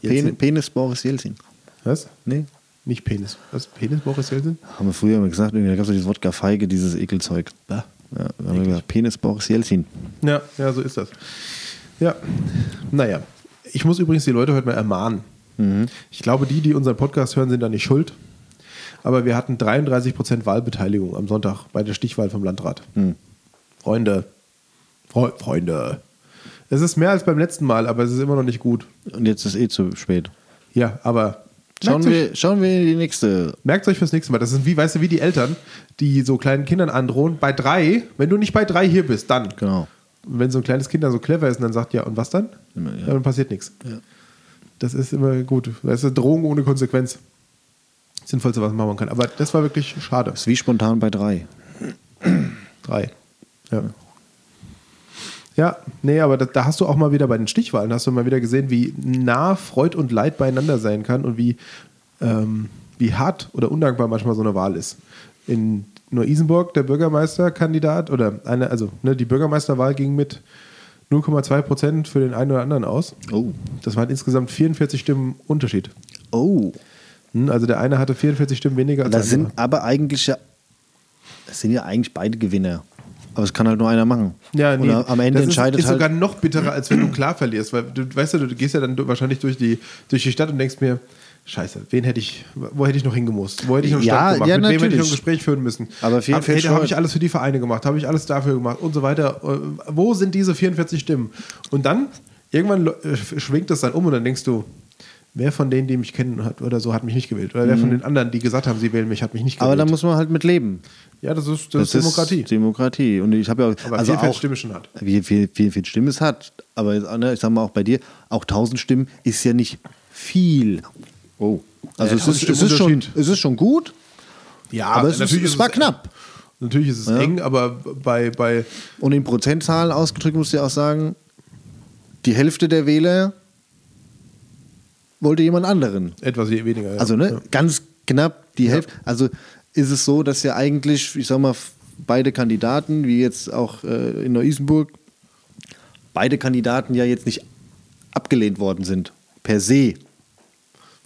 [SPEAKER 1] Pen
[SPEAKER 2] Jelzin.
[SPEAKER 1] Penis Boris Jelzin.
[SPEAKER 2] Was?
[SPEAKER 1] Nee.
[SPEAKER 2] Nicht Penis. Was? Penis, Boris Jelzin?
[SPEAKER 1] Haben wir früher mal gesagt, irgendwie, da gab es dieses Wodka Feige, dieses Ekelzeug.
[SPEAKER 2] Bah.
[SPEAKER 1] Ja, da haben wir gesagt, Penis Boris Jelzin.
[SPEAKER 2] Ja, ja, so ist das. Ja, naja. Ich muss übrigens die Leute heute mal ermahnen. Ich glaube, die, die unseren Podcast hören, sind da nicht schuld. Aber wir hatten 33% Wahlbeteiligung am Sonntag bei der Stichwahl vom Landrat. Freunde. Fre Freunde. Es ist mehr als beim letzten Mal, aber es ist immer noch nicht gut.
[SPEAKER 1] Und jetzt ist eh zu spät.
[SPEAKER 2] Ja, aber
[SPEAKER 1] Schauen
[SPEAKER 2] merkt's euch-
[SPEAKER 1] wir, schauen wir in die nächste.
[SPEAKER 2] Merkt euch fürs nächste Mal. Das ist wie, weißt du, wie die Eltern, die so kleinen Kindern androhen. Bei drei, wenn du nicht bei drei hier bist, dann.
[SPEAKER 1] Genau.
[SPEAKER 2] Und wenn so ein kleines Kind dann so clever ist und dann sagt, ja, und was dann?
[SPEAKER 1] Immer, ja.
[SPEAKER 2] Dann passiert nichts. Das ist immer gut. Das ist Drohung ohne Konsequenz. Sinnvollste, was man machen kann. Aber das war wirklich schade.
[SPEAKER 1] Ist wie spontan bei drei.
[SPEAKER 2] Drei. Ja. Ja, nee, aber da, da hast du auch mal wieder bei den Stichwahlen, hast du mal wieder gesehen, wie nah Freud und Leid beieinander sein kann und wie, ähm, wie hart oder undankbar manchmal so eine Wahl ist. In Neu-Isenburg, der Bürgermeisterkandidat oder eine, also ne, die Bürgermeisterwahl ging mit 0,2 Prozent für den einen oder anderen aus.
[SPEAKER 1] Oh.
[SPEAKER 2] Das waren insgesamt 44 Stimmen Unterschied.
[SPEAKER 1] Oh.
[SPEAKER 2] Hm, Also der eine hatte 44 Stimmen weniger als der
[SPEAKER 1] Das
[SPEAKER 2] andere.
[SPEAKER 1] sind aber eigentlich ja. Das sind ja eigentlich beide Gewinner. Aber es kann halt nur einer machen.
[SPEAKER 2] Ja, nee.
[SPEAKER 1] Und am Ende
[SPEAKER 2] das
[SPEAKER 1] entscheidet
[SPEAKER 2] ist, ist
[SPEAKER 1] halt.
[SPEAKER 2] sogar noch bitterer, als wenn du klar verlierst, weil du weißt ja, du gehst ja dann du- wahrscheinlich durch die, durch die Stadt und denkst mir, Scheiße, wen hätte ich, wo hätte ich noch hingemusst? Wo hätte ich noch einen
[SPEAKER 1] Ja,
[SPEAKER 2] Stand gemacht?
[SPEAKER 1] ja,
[SPEAKER 2] Mit wem hätte ich noch
[SPEAKER 1] natürlich.
[SPEAKER 2] ein Gespräch führen müssen?
[SPEAKER 1] Aber viel-
[SPEAKER 2] Hab-
[SPEAKER 1] viel
[SPEAKER 2] hätte- Habe
[SPEAKER 1] Scheu-
[SPEAKER 2] ich alles für die Vereine gemacht? Habe ich alles dafür gemacht? Und so weiter. Äh, Wo sind diese 44 Stimmen? Und dann, irgendwann lo- äh, schwingt das dann um und dann denkst du, wer von denen, die mich kennen hat oder so, hat mich nicht gewählt? Oder wer von den anderen, die gesagt haben, sie wählen mich, hat mich nicht gewählt?
[SPEAKER 1] Mhm. Aber da muss man halt mit leben.
[SPEAKER 2] ja, das ist, das ist Demokratie.
[SPEAKER 1] Demokratie. Und ich habe ja auch,
[SPEAKER 2] aber
[SPEAKER 1] also
[SPEAKER 2] also
[SPEAKER 1] auch
[SPEAKER 2] Stimme schon hat.
[SPEAKER 1] wie viel, viel, viel Stimmen es hat. Aber jetzt, ne, ich sag mal auch bei dir, auch 1000 Stimmen ist ja nicht viel. Oh. Also
[SPEAKER 2] Ja,
[SPEAKER 1] es,
[SPEAKER 2] 1000
[SPEAKER 1] ist,
[SPEAKER 2] Stimmen
[SPEAKER 1] es, ist schon,
[SPEAKER 2] Unterschied.
[SPEAKER 1] es ist schon gut,
[SPEAKER 2] Ja,
[SPEAKER 1] aber es, ist, es war knapp.
[SPEAKER 2] Natürlich ist es eng, aber bei, bei
[SPEAKER 1] Und in Prozentzahlen ausgedrückt musst du ja auch sagen, die Hälfte der Wähler wollte jemand anderen.
[SPEAKER 2] etwas weniger. ja.
[SPEAKER 1] Also ne,
[SPEAKER 2] Ja.
[SPEAKER 1] ganz knapp die Hälfte. Also ist es so, dass ja eigentlich, ich sag mal, f- beide Kandidaten, wie jetzt auch äh, in Neu-Isenburg, beide Kandidaten ja jetzt nicht abgelehnt worden sind, per se.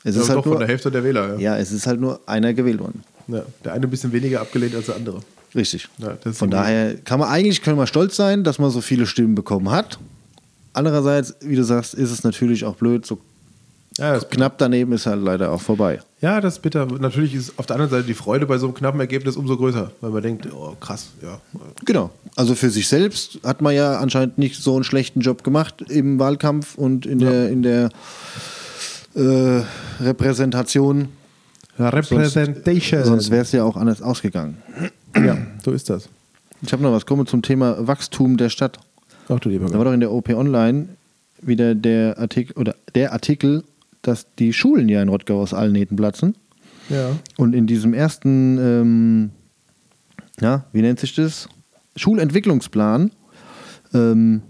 [SPEAKER 1] Es
[SPEAKER 2] Ja,
[SPEAKER 1] ist halt
[SPEAKER 2] doch von der
[SPEAKER 1] nur,
[SPEAKER 2] Hälfte der Wähler. Ja.
[SPEAKER 1] ja, es ist halt nur einer gewählt worden.
[SPEAKER 2] Ja, der eine ein bisschen weniger abgelehnt als der andere.
[SPEAKER 1] Richtig.
[SPEAKER 2] Ja, das ist
[SPEAKER 1] Von
[SPEAKER 2] irgendwie-
[SPEAKER 1] daher kann man eigentlich können wir stolz sein, dass man so viele Stimmen bekommen hat. Andererseits, wie du sagst, ist es natürlich auch blöd. So
[SPEAKER 2] Ja, das,
[SPEAKER 1] knapp daneben ist halt leider auch vorbei.
[SPEAKER 2] ja, das ist bitter. Natürlich ist auf der anderen Seite die Freude bei so einem knappen Ergebnis umso größer, weil man denkt, oh krass, ja.
[SPEAKER 1] Genau. Also für sich selbst hat man ja anscheinend nicht so einen schlechten Job gemacht im Wahlkampf und in der, in der äh, Repräsentation.
[SPEAKER 2] Representation.
[SPEAKER 1] Sonst wäre es ja auch anders ausgegangen.
[SPEAKER 2] ja, so ist das.
[SPEAKER 1] Ich habe noch was. Kommen wir zum Thema Wachstum der Stadt.
[SPEAKER 2] Ach du lieber
[SPEAKER 1] Da war doch in der OP Online wieder der Artikel, oder der Artikel, dass die Schulen ja in Rottgau aus allen Nähten platzen.
[SPEAKER 2] Ja.
[SPEAKER 1] Und in diesem ersten, ähm, ja, wie nennt sich das? Schulentwicklungsplan ähm,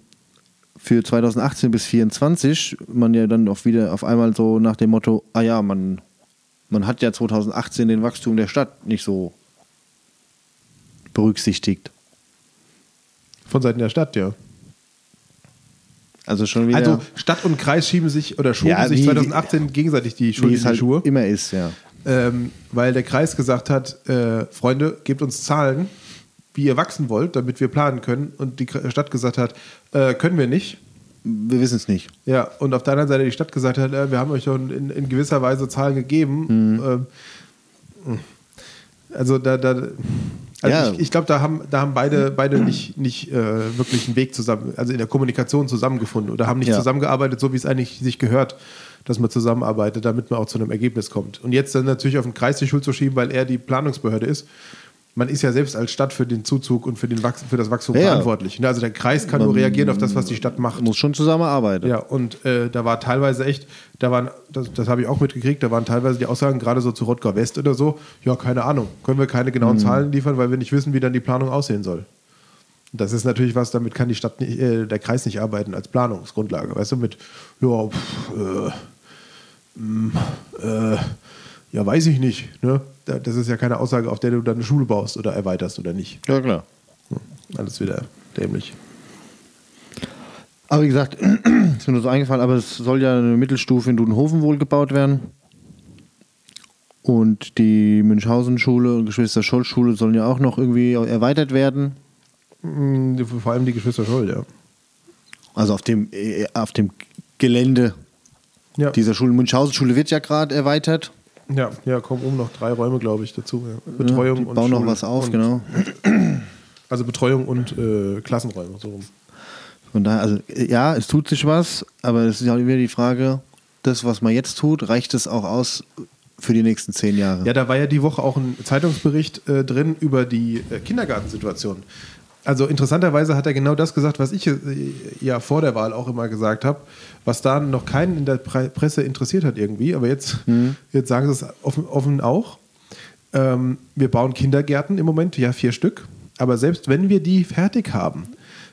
[SPEAKER 1] für 2018 bis 2024, man ja dann auch wieder auf einmal so nach dem Motto, ah ja, man, man hat ja 2018 den Wachstum der Stadt nicht so berücksichtigt.
[SPEAKER 2] Von Seiten der Stadt, ja.
[SPEAKER 1] Also schon wieder,
[SPEAKER 2] Also Stadt und Kreis schieben sich oder schoben
[SPEAKER 1] Ja,
[SPEAKER 2] sich
[SPEAKER 1] wie-
[SPEAKER 2] 2018 gegenseitig die Schuld
[SPEAKER 1] wie
[SPEAKER 2] in
[SPEAKER 1] es
[SPEAKER 2] die
[SPEAKER 1] halt
[SPEAKER 2] Schuhe.
[SPEAKER 1] immer ist, ja.
[SPEAKER 2] ähm, weil der Kreis gesagt hat, äh, Freunde, gebt uns Zahlen, wie ihr wachsen wollt, damit wir planen können. Und die K- Stadt gesagt hat, äh, können wir nicht.
[SPEAKER 1] Wir wissen es nicht.
[SPEAKER 2] Ja, und auf der anderen Seite die Stadt gesagt hat, äh, wir haben euch doch in, in gewisser Weise Zahlen gegeben.
[SPEAKER 1] Mhm.
[SPEAKER 2] Ähm, also da, da also
[SPEAKER 1] Ja.
[SPEAKER 2] ich, ich glaube, da haben, da haben beide, beide nicht, nicht äh, wirklich einen Weg zusammen, also in der Kommunikation zusammengefunden oder haben nicht
[SPEAKER 1] Ja.
[SPEAKER 2] zusammengearbeitet, so wie es eigentlich sich gehört, dass man zusammenarbeitet, damit man auch zu einem Ergebnis kommt. Und jetzt dann natürlich auf den Kreis die Schuld zu schieben, weil er die Planungsbehörde ist. Man ist ja selbst als Stadt für den Zuzug und für, den Wachs für das Wachstum
[SPEAKER 1] Ja, ja.
[SPEAKER 2] verantwortlich. Also der Kreis kann nur reagieren auf das, was die Stadt macht.
[SPEAKER 1] Muss schon zusammenarbeiten.
[SPEAKER 2] Ja, und äh, da war teilweise echt, da waren, das, das habe ich auch mitgekriegt, da waren teilweise die Aussagen gerade so zu Rottgau West oder so, ja, keine Ahnung, können wir keine genauen Zahlen liefern, weil wir nicht wissen, wie dann die Planung aussehen soll. Das ist natürlich was, damit kann die Stadt nicht, äh, der Kreis nicht arbeiten als Planungsgrundlage, weißt du, mit, ja, pff, äh, mh, äh, ja, weiß ich nicht, ne? Da- Das ist ja keine Aussage, auf der du dann eine Schule baust oder erweiterst oder nicht.
[SPEAKER 1] ja klar.
[SPEAKER 2] Alles wieder dämlich.
[SPEAKER 1] Aber wie gesagt, ist mir nur so eingefallen, aber es soll ja eine Mittelstufe in Dudenhofen wohl gebaut werden. Und die Münchhausen-Schule und Geschwister-Scholl-Schule sollen ja auch noch irgendwie erweitert werden.
[SPEAKER 2] Mm, Vor allem die Geschwister Scholl, ja.
[SPEAKER 1] Also auf dem, äh, auf dem Gelände
[SPEAKER 2] ja.
[SPEAKER 1] dieser Schule. Münchhausen-Schule wird ja gerade erweitert. ne?
[SPEAKER 2] Ja, ja, kommen um noch drei Räume, glaube ich, dazu. Ja. Betreuung
[SPEAKER 1] die
[SPEAKER 2] und
[SPEAKER 1] bauen noch
[SPEAKER 2] Schule
[SPEAKER 1] was auf,
[SPEAKER 2] und,
[SPEAKER 1] genau.
[SPEAKER 2] Also Betreuung und äh, Klassenräume so rum.
[SPEAKER 1] Von daher, also äh, ja, es tut sich was, aber es ist ja immer die Frage, das, was man jetzt tut, reicht es auch aus für die nächsten zehn Jahre?
[SPEAKER 2] Ja, da war ja die Woche auch ein Zeitungsbericht äh, drin über die äh, Kindergartensituation. Also interessanterweise hat er genau das gesagt, was ich äh, ja vor der Wahl auch immer gesagt habe, was da noch keinen in der Pre Presse interessiert hat irgendwie, aber jetzt, jetzt sagen sie es offen, offen auch. Ähm, wir bauen Kindergärten im Moment, ja vier Stück, aber selbst wenn wir die fertig haben,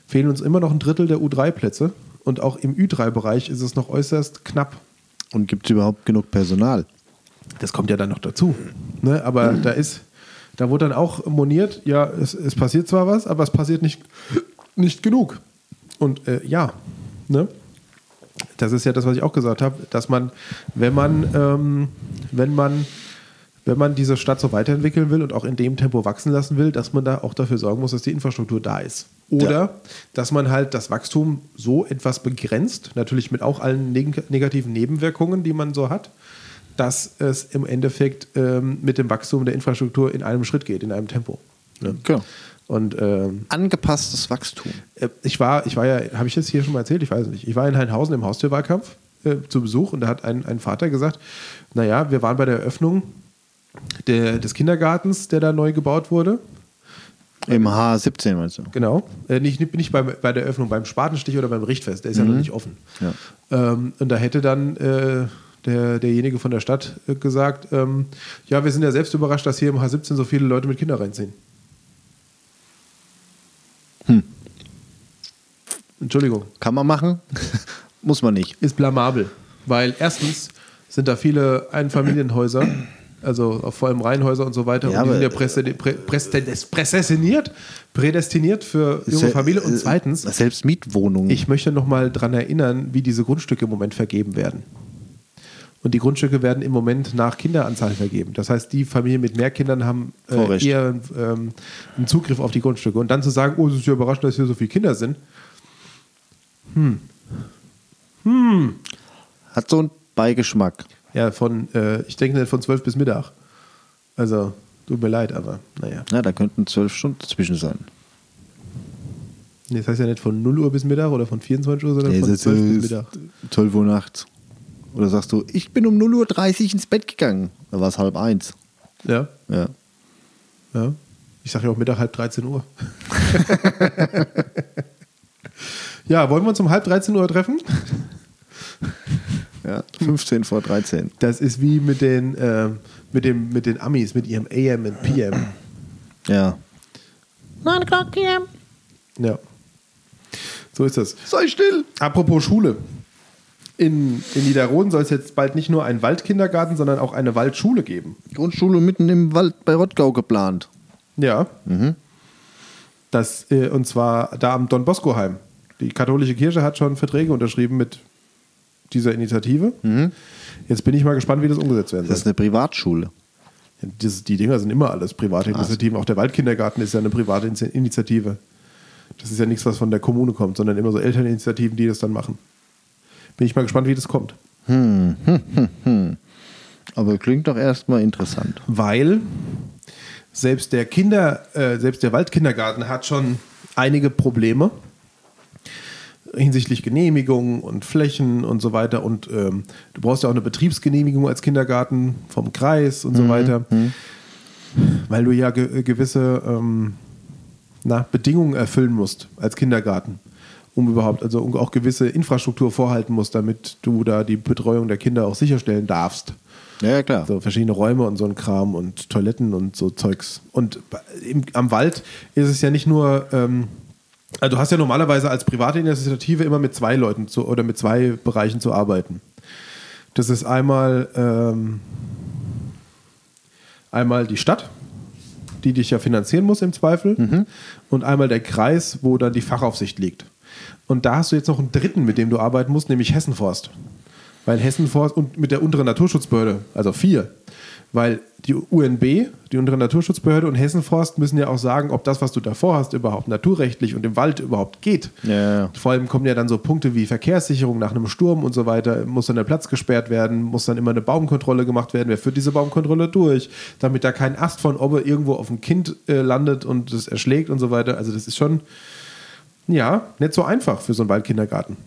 [SPEAKER 2] fehlen uns immer noch ein Drittel der U3-Plätze und auch im Ü3-Bereich ist es noch äußerst knapp.
[SPEAKER 1] Und gibt es überhaupt genug Personal?
[SPEAKER 2] Das kommt ja dann noch dazu. Ne? Aber da ist, da wurde dann auch moniert, ja, es, es passiert zwar was, aber es passiert nicht, nicht genug. Und äh, ja, ne? das ist ja das, was ich auch gesagt habe, dass man, wenn man, ähm, wenn man, wenn man diese Stadt so weiterentwickeln will und auch in dem Tempo wachsen lassen will, dass man da auch dafür sorgen muss, dass die Infrastruktur da ist. Oder
[SPEAKER 1] Ja.
[SPEAKER 2] dass man halt das Wachstum so etwas begrenzt, natürlich mit auch allen neg negativen Nebenwirkungen, die man so hat, dass es im Endeffekt ähm, mit dem Wachstum der Infrastruktur in einem Schritt geht, in einem Tempo. Ne?
[SPEAKER 1] Genau.
[SPEAKER 2] Und ähm,
[SPEAKER 1] Angepasstes Wachstum.
[SPEAKER 2] äh, ich war, ich war ja, habe ich das hier schon mal erzählt? Ich weiß es nicht. Ich war in Heinhausen im Haustürwahlkampf äh, zu Besuch und da hat ein, ein Vater gesagt: Naja, wir waren bei der Eröffnung der, des Kindergartens, der da neu gebaut wurde.
[SPEAKER 1] Im H17 meinst du?
[SPEAKER 2] Genau. Äh, nicht nicht, nicht bei, bei der Öffnung, beim Spatenstich oder beim Richtfest, der ist ja noch nicht offen.
[SPEAKER 1] Ja.
[SPEAKER 2] Ähm, und da hätte dann äh, der, derjenige von der Stadt äh, gesagt, ähm, ja, wir sind ja selbst überrascht, dass hier im H17 so viele Leute mit Kindern reinziehen. Entschuldigung,
[SPEAKER 1] Kann man machen, muss man nicht.
[SPEAKER 2] ist blamabel. Weil erstens sind da viele Einfamilienhäuser, also auch vor allem Reihenhäuser und so weiter,
[SPEAKER 1] Ja,
[SPEAKER 2] und die sind
[SPEAKER 1] aber- äh,
[SPEAKER 2] ja präse- prä, präse- prädestiniert, prädestiniert für junge
[SPEAKER 1] Se-
[SPEAKER 2] Familie. Und
[SPEAKER 1] äh,
[SPEAKER 2] zweitens,
[SPEAKER 1] Selbst Mietwohnungen.
[SPEAKER 2] Ich möchte nochmal daran erinnern, wie diese Grundstücke im Moment vergeben werden. Und die Grundstücke werden im Moment nach Kinderanzahl vergeben. Das heißt, die Familien mit mehr Kindern haben äh,
[SPEAKER 1] Vorrecht.
[SPEAKER 2] eher ähm, einen Zugriff auf die Grundstücke. Und dann zu sagen, oh, es ist ja überraschend, dass hier so viele Kinder sind.
[SPEAKER 1] Hat so einen Beigeschmack.
[SPEAKER 2] Ja, von, äh, ich denke nicht von 12 bis Mittag. Also, tut mir leid, aber naja.
[SPEAKER 1] Ja, da könnten zwölf Stunden zwischen sein.
[SPEAKER 2] Nee, Das heißt ja nicht von 0 Uhr bis Mittag oder von 24 Uhr, sondern
[SPEAKER 1] Nee,
[SPEAKER 2] von
[SPEAKER 1] das
[SPEAKER 2] 12 bis
[SPEAKER 1] ist
[SPEAKER 2] Mittag.
[SPEAKER 1] 12 Uhr nachts. Oder sagst du, ich bin um 0.30 Uhr ins Bett gegangen. Da war es halb eins.
[SPEAKER 2] Ja,
[SPEAKER 1] Ja.
[SPEAKER 2] ja. Ich sage ja auch Mittag halb 13 Uhr. ja, wollen wir uns um halb 13 Uhr treffen?
[SPEAKER 1] ja. 15 vor 13.
[SPEAKER 2] Das ist wie mit den, ähm, mit, dem, mit den Amis, mit ihrem AM und PM.
[SPEAKER 1] Ja.
[SPEAKER 3] 9 o'clock p.m.
[SPEAKER 2] Ja. So ist das.
[SPEAKER 1] Sei still!
[SPEAKER 2] Apropos Schule. In, in Niederroden soll es jetzt bald nicht nur einen Waldkindergarten, sondern auch eine Waldschule geben.
[SPEAKER 1] Grundschule mitten im Wald bei Rottgau geplant.
[SPEAKER 2] Ja. Das, äh, und zwar da am Don Bosco-Heim. Die katholische Kirche hat schon Verträge unterschrieben mit dieser Initiative. Jetzt bin ich mal gespannt, wie das umgesetzt werden soll.
[SPEAKER 1] Das ist eine Privatschule.
[SPEAKER 2] Ja, Das, die Dinger sind immer alles private Initiativen. Auch der Waldkindergarten ist ja eine private Inzi- Initiative. Das ist ja nichts, was von der Kommune kommt, sondern immer so Elterninitiativen, die das dann machen. Bin ich mal gespannt, wie das kommt.
[SPEAKER 1] Aber klingt doch erstmal interessant.
[SPEAKER 2] Weil selbst der Kinder, äh, selbst der Waldkindergarten hat schon einige Probleme hinsichtlich Genehmigungen und Flächen und so weiter. Und ähm, du brauchst ja auch eine Betriebsgenehmigung als Kindergarten vom Kreis und so weiter, weil du ja ge gewisse ähm, na, Bedingungen erfüllen musst als Kindergarten, um überhaupt, also um auch gewisse Infrastruktur vorhalten musst, damit du da die Betreuung der Kinder auch sicherstellen darfst.
[SPEAKER 1] Ja, ja, klar.
[SPEAKER 2] So verschiedene Räume und so ein Kram und Toiletten und so Zeugs. Und bei- im, am Wald ist es ja nicht nur, ähm, also du hast ja normalerweise als private Initiative immer mit zwei Leuten zu, oder mit zwei Bereichen zu arbeiten. Das ist einmal, ähm, einmal die Stadt, die dich ja finanzieren muss im Zweifel, und einmal der Kreis, wo dann die Fachaufsicht liegt. Und da hast du jetzt noch einen dritten, mit dem du arbeiten musst, nämlich Hessenforst. Weil Hessenforst und mit der unteren Naturschutzbehörde, also vier. Weil die UNB, die untere Naturschutzbehörde und Hessenforst müssen ja auch sagen, ob das, was du davor hast, überhaupt naturrechtlich und im Wald überhaupt geht.
[SPEAKER 1] Ja, ja, ja.
[SPEAKER 2] Vor allem kommen ja dann so Punkte wie Verkehrssicherung nach einem Sturm und so weiter. Muss dann der Platz gesperrt werden, muss dann immer eine Baumkontrolle gemacht werden. Wer führt diese Baumkontrolle durch, damit da kein Ast von Obbe irgendwo auf dem Kind äh, landet und es erschlägt und so weiter. Also das ist schon, ja, nicht so einfach für so einen Waldkindergarten.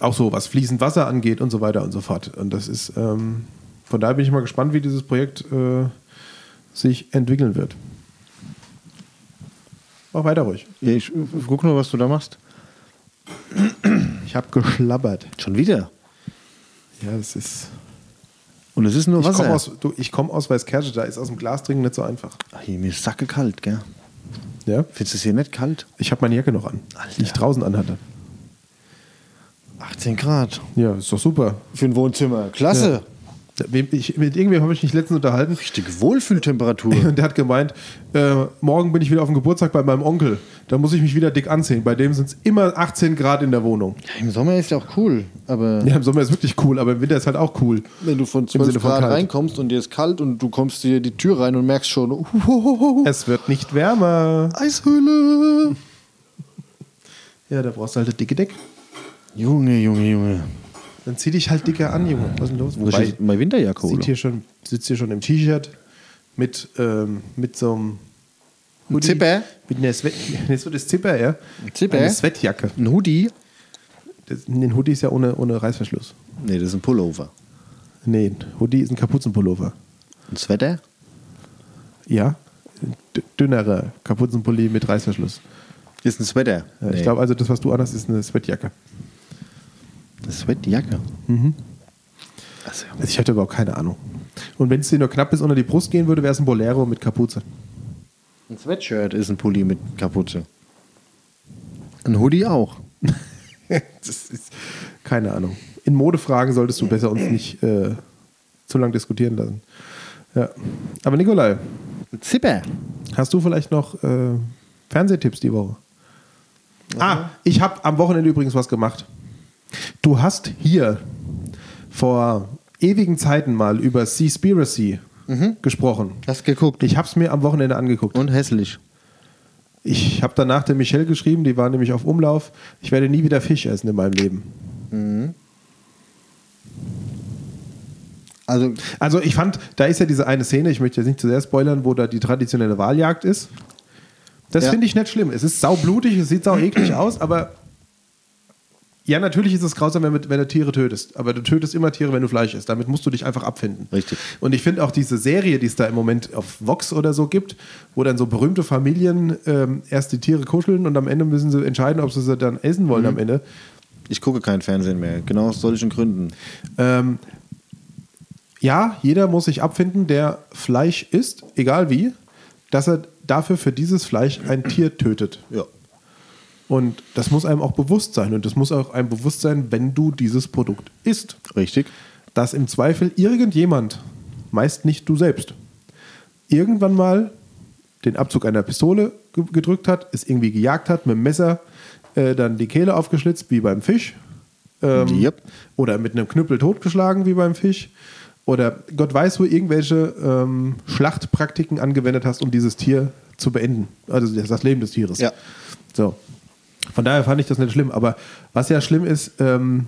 [SPEAKER 2] Auch so, was fließend Wasser angeht und so weiter und so fort. Und das ist, ähm, von daher bin ich mal gespannt, wie dieses Projekt äh, sich entwickeln wird. Mach weiter ruhig.
[SPEAKER 1] Ich guck nur, was du da machst.
[SPEAKER 2] Ich habe geschlabbert.
[SPEAKER 1] Schon wieder.
[SPEAKER 2] Ja, das ist.
[SPEAKER 1] Und es ist nur
[SPEAKER 2] Ich
[SPEAKER 1] Wasser.
[SPEAKER 2] komme aus, du, ich komm aus Weißkirche, da ist aus dem Glas trinken nicht so einfach.
[SPEAKER 1] Ach, Ah, hier, mir ist sacke kalt, gell?
[SPEAKER 2] Ja?
[SPEAKER 1] Findest du es hier nicht kalt?
[SPEAKER 2] Ich habe meine Jacke noch an,
[SPEAKER 1] Alter.
[SPEAKER 2] die ich draußen anhatte.
[SPEAKER 1] 18 Grad.
[SPEAKER 2] Ja, ist doch super.
[SPEAKER 1] Für ein Wohnzimmer. Klasse.
[SPEAKER 2] Da- wem- Ich, mit irgendwem habe ich mich letztens unterhalten
[SPEAKER 1] Richtige Wohlfühltemperatur.
[SPEAKER 2] und der hat gemeint, äh, morgen bin ich wieder auf dem Geburtstag bei meinem Onkel. Da muss ich mich wieder dick anziehen. Bei dem sind es immer 18 Grad in der Wohnung.
[SPEAKER 1] Ja, Im Sommer ist ja auch cool, aber
[SPEAKER 2] Ja, im Sommer ist wirklich cool, aber im Winter ist halt auch cool.
[SPEAKER 1] wenn du von
[SPEAKER 2] Im Sinne
[SPEAKER 1] 12
[SPEAKER 2] von
[SPEAKER 1] Grad
[SPEAKER 2] kalt.
[SPEAKER 1] reinkommst und dir ist kalt und du kommst dir die Tür rein und merkst schon, oh, uhuhuhu,
[SPEAKER 2] Es wird nicht wärmer.
[SPEAKER 1] Eishöhle.
[SPEAKER 2] Ja, da brauchst du halt eine dicke Deck.
[SPEAKER 1] Junge, Junge, Junge.
[SPEAKER 2] Dann zieh dich halt dicker an, Junge. Was ist denn los?
[SPEAKER 1] Muss ich
[SPEAKER 2] Wobei,
[SPEAKER 1] jetzt meine Winterjacke holen?
[SPEAKER 2] sieht hier schon, sitzt hier schon im T-Shirt mit, ähm, mit so einem
[SPEAKER 1] Ein
[SPEAKER 2] Hoodie.
[SPEAKER 1] Zipper?
[SPEAKER 2] Mit einer Sweat, so das Zipper, ja.
[SPEAKER 1] Zipper?
[SPEAKER 2] Eine Sweatjacke.
[SPEAKER 1] Ein Hoodie?
[SPEAKER 2] Das, den Hoodie ist ja ohne, ohne Reißverschluss.
[SPEAKER 1] Nee, das ist ein Pullover.
[SPEAKER 2] Nee, ein Hoodie ist ein Kapuzenpullover.
[SPEAKER 1] Ein Sweater?
[SPEAKER 2] Ja. D dünnerer Kapuzenpulli mit Reißverschluss.
[SPEAKER 1] Ist ein Sweater.
[SPEAKER 2] Ja,
[SPEAKER 1] Nee.
[SPEAKER 2] Ich glaube, also das, was du anhast, ist eine Sweatjacke.
[SPEAKER 1] Eine Sweatjacke. Also,
[SPEAKER 2] Also ich hatte überhaupt keine Ahnung. Und wenn es dir nur knapp bis unter die Brust gehen würde, wäre es ein Bolero mit Kapuze.
[SPEAKER 1] ein Sweatshirt ist ein Pulli mit Kapuze. Ein Hoodie auch.
[SPEAKER 2] das ist keine Ahnung. In Modefragen solltest du besser uns nicht äh, zu lang diskutieren lassen. Ja. Aber Nikolai,
[SPEAKER 1] Ein Zipper.
[SPEAKER 2] hast du vielleicht noch äh, Fernsehtipps die Woche? Ah, ich habe am Wochenende übrigens was gemacht. Du hast hier vor ewigen Zeiten mal über Seaspiracy Mhm. gesprochen.
[SPEAKER 1] Hast geguckt.
[SPEAKER 2] Ich habe es mir am Wochenende angeguckt.
[SPEAKER 1] Und hässlich.
[SPEAKER 2] Ich habe danach der Michelle geschrieben, die war nämlich auf Umlauf. Ich werde nie wieder Fisch essen in meinem Leben.
[SPEAKER 1] Also,
[SPEAKER 2] Also ich fand, da ist ja diese eine Szene, ich möchte jetzt nicht zu sehr spoilern, wo da die traditionelle Wahljagd ist. Das
[SPEAKER 1] Ja.
[SPEAKER 2] finde ich nicht schlimm. Es ist saublutig, es sieht sau eklig aus, aber ja, natürlich ist es grausam, wenn, mit- wenn du Tiere tötest. Aber du tötest immer Tiere, wenn du Fleisch isst. Damit musst du dich einfach abfinden.
[SPEAKER 1] Richtig.
[SPEAKER 2] Und ich finde auch diese Serie, die es da im Moment auf Vox oder so gibt, wo dann so berühmte Familien ähm, erst die Tiere kuscheln und am Ende müssen sie entscheiden, ob sie sie dann essen
[SPEAKER 1] Mhm.
[SPEAKER 2] wollen am Ende.
[SPEAKER 1] ich gucke kein Fernsehen mehr. Genau aus solchen Gründen.
[SPEAKER 2] Ähm, ja, jeder muss sich abfinden, der Fleisch isst, egal wie, dass er dafür für dieses Fleisch ein Tier tötet.
[SPEAKER 1] Ja.
[SPEAKER 2] Und das muss einem auch bewusst sein. Und das muss auch einem bewusst sein, wenn du dieses Produkt isst,
[SPEAKER 1] Richtig.
[SPEAKER 2] dass im Zweifel irgendjemand, meist nicht du selbst, irgendwann mal den Abzug einer Pistole ge- gedrückt hat, es irgendwie gejagt hat, mit dem Messer äh, dann die Kehle aufgeschlitzt, wie beim Fisch. Ähm,
[SPEAKER 1] Yep.
[SPEAKER 2] Oder mit einem Knüppel totgeschlagen, wie beim Fisch. Oder Gott weiß, wo irgendwelche ähm, Schlachtpraktiken angewendet hast, um dieses Tier zu beenden. Also das das Leben des Tieres.
[SPEAKER 1] Ja.
[SPEAKER 2] So. Von daher fand ich das nicht schlimm. Aber was ja schlimm ist, ähm,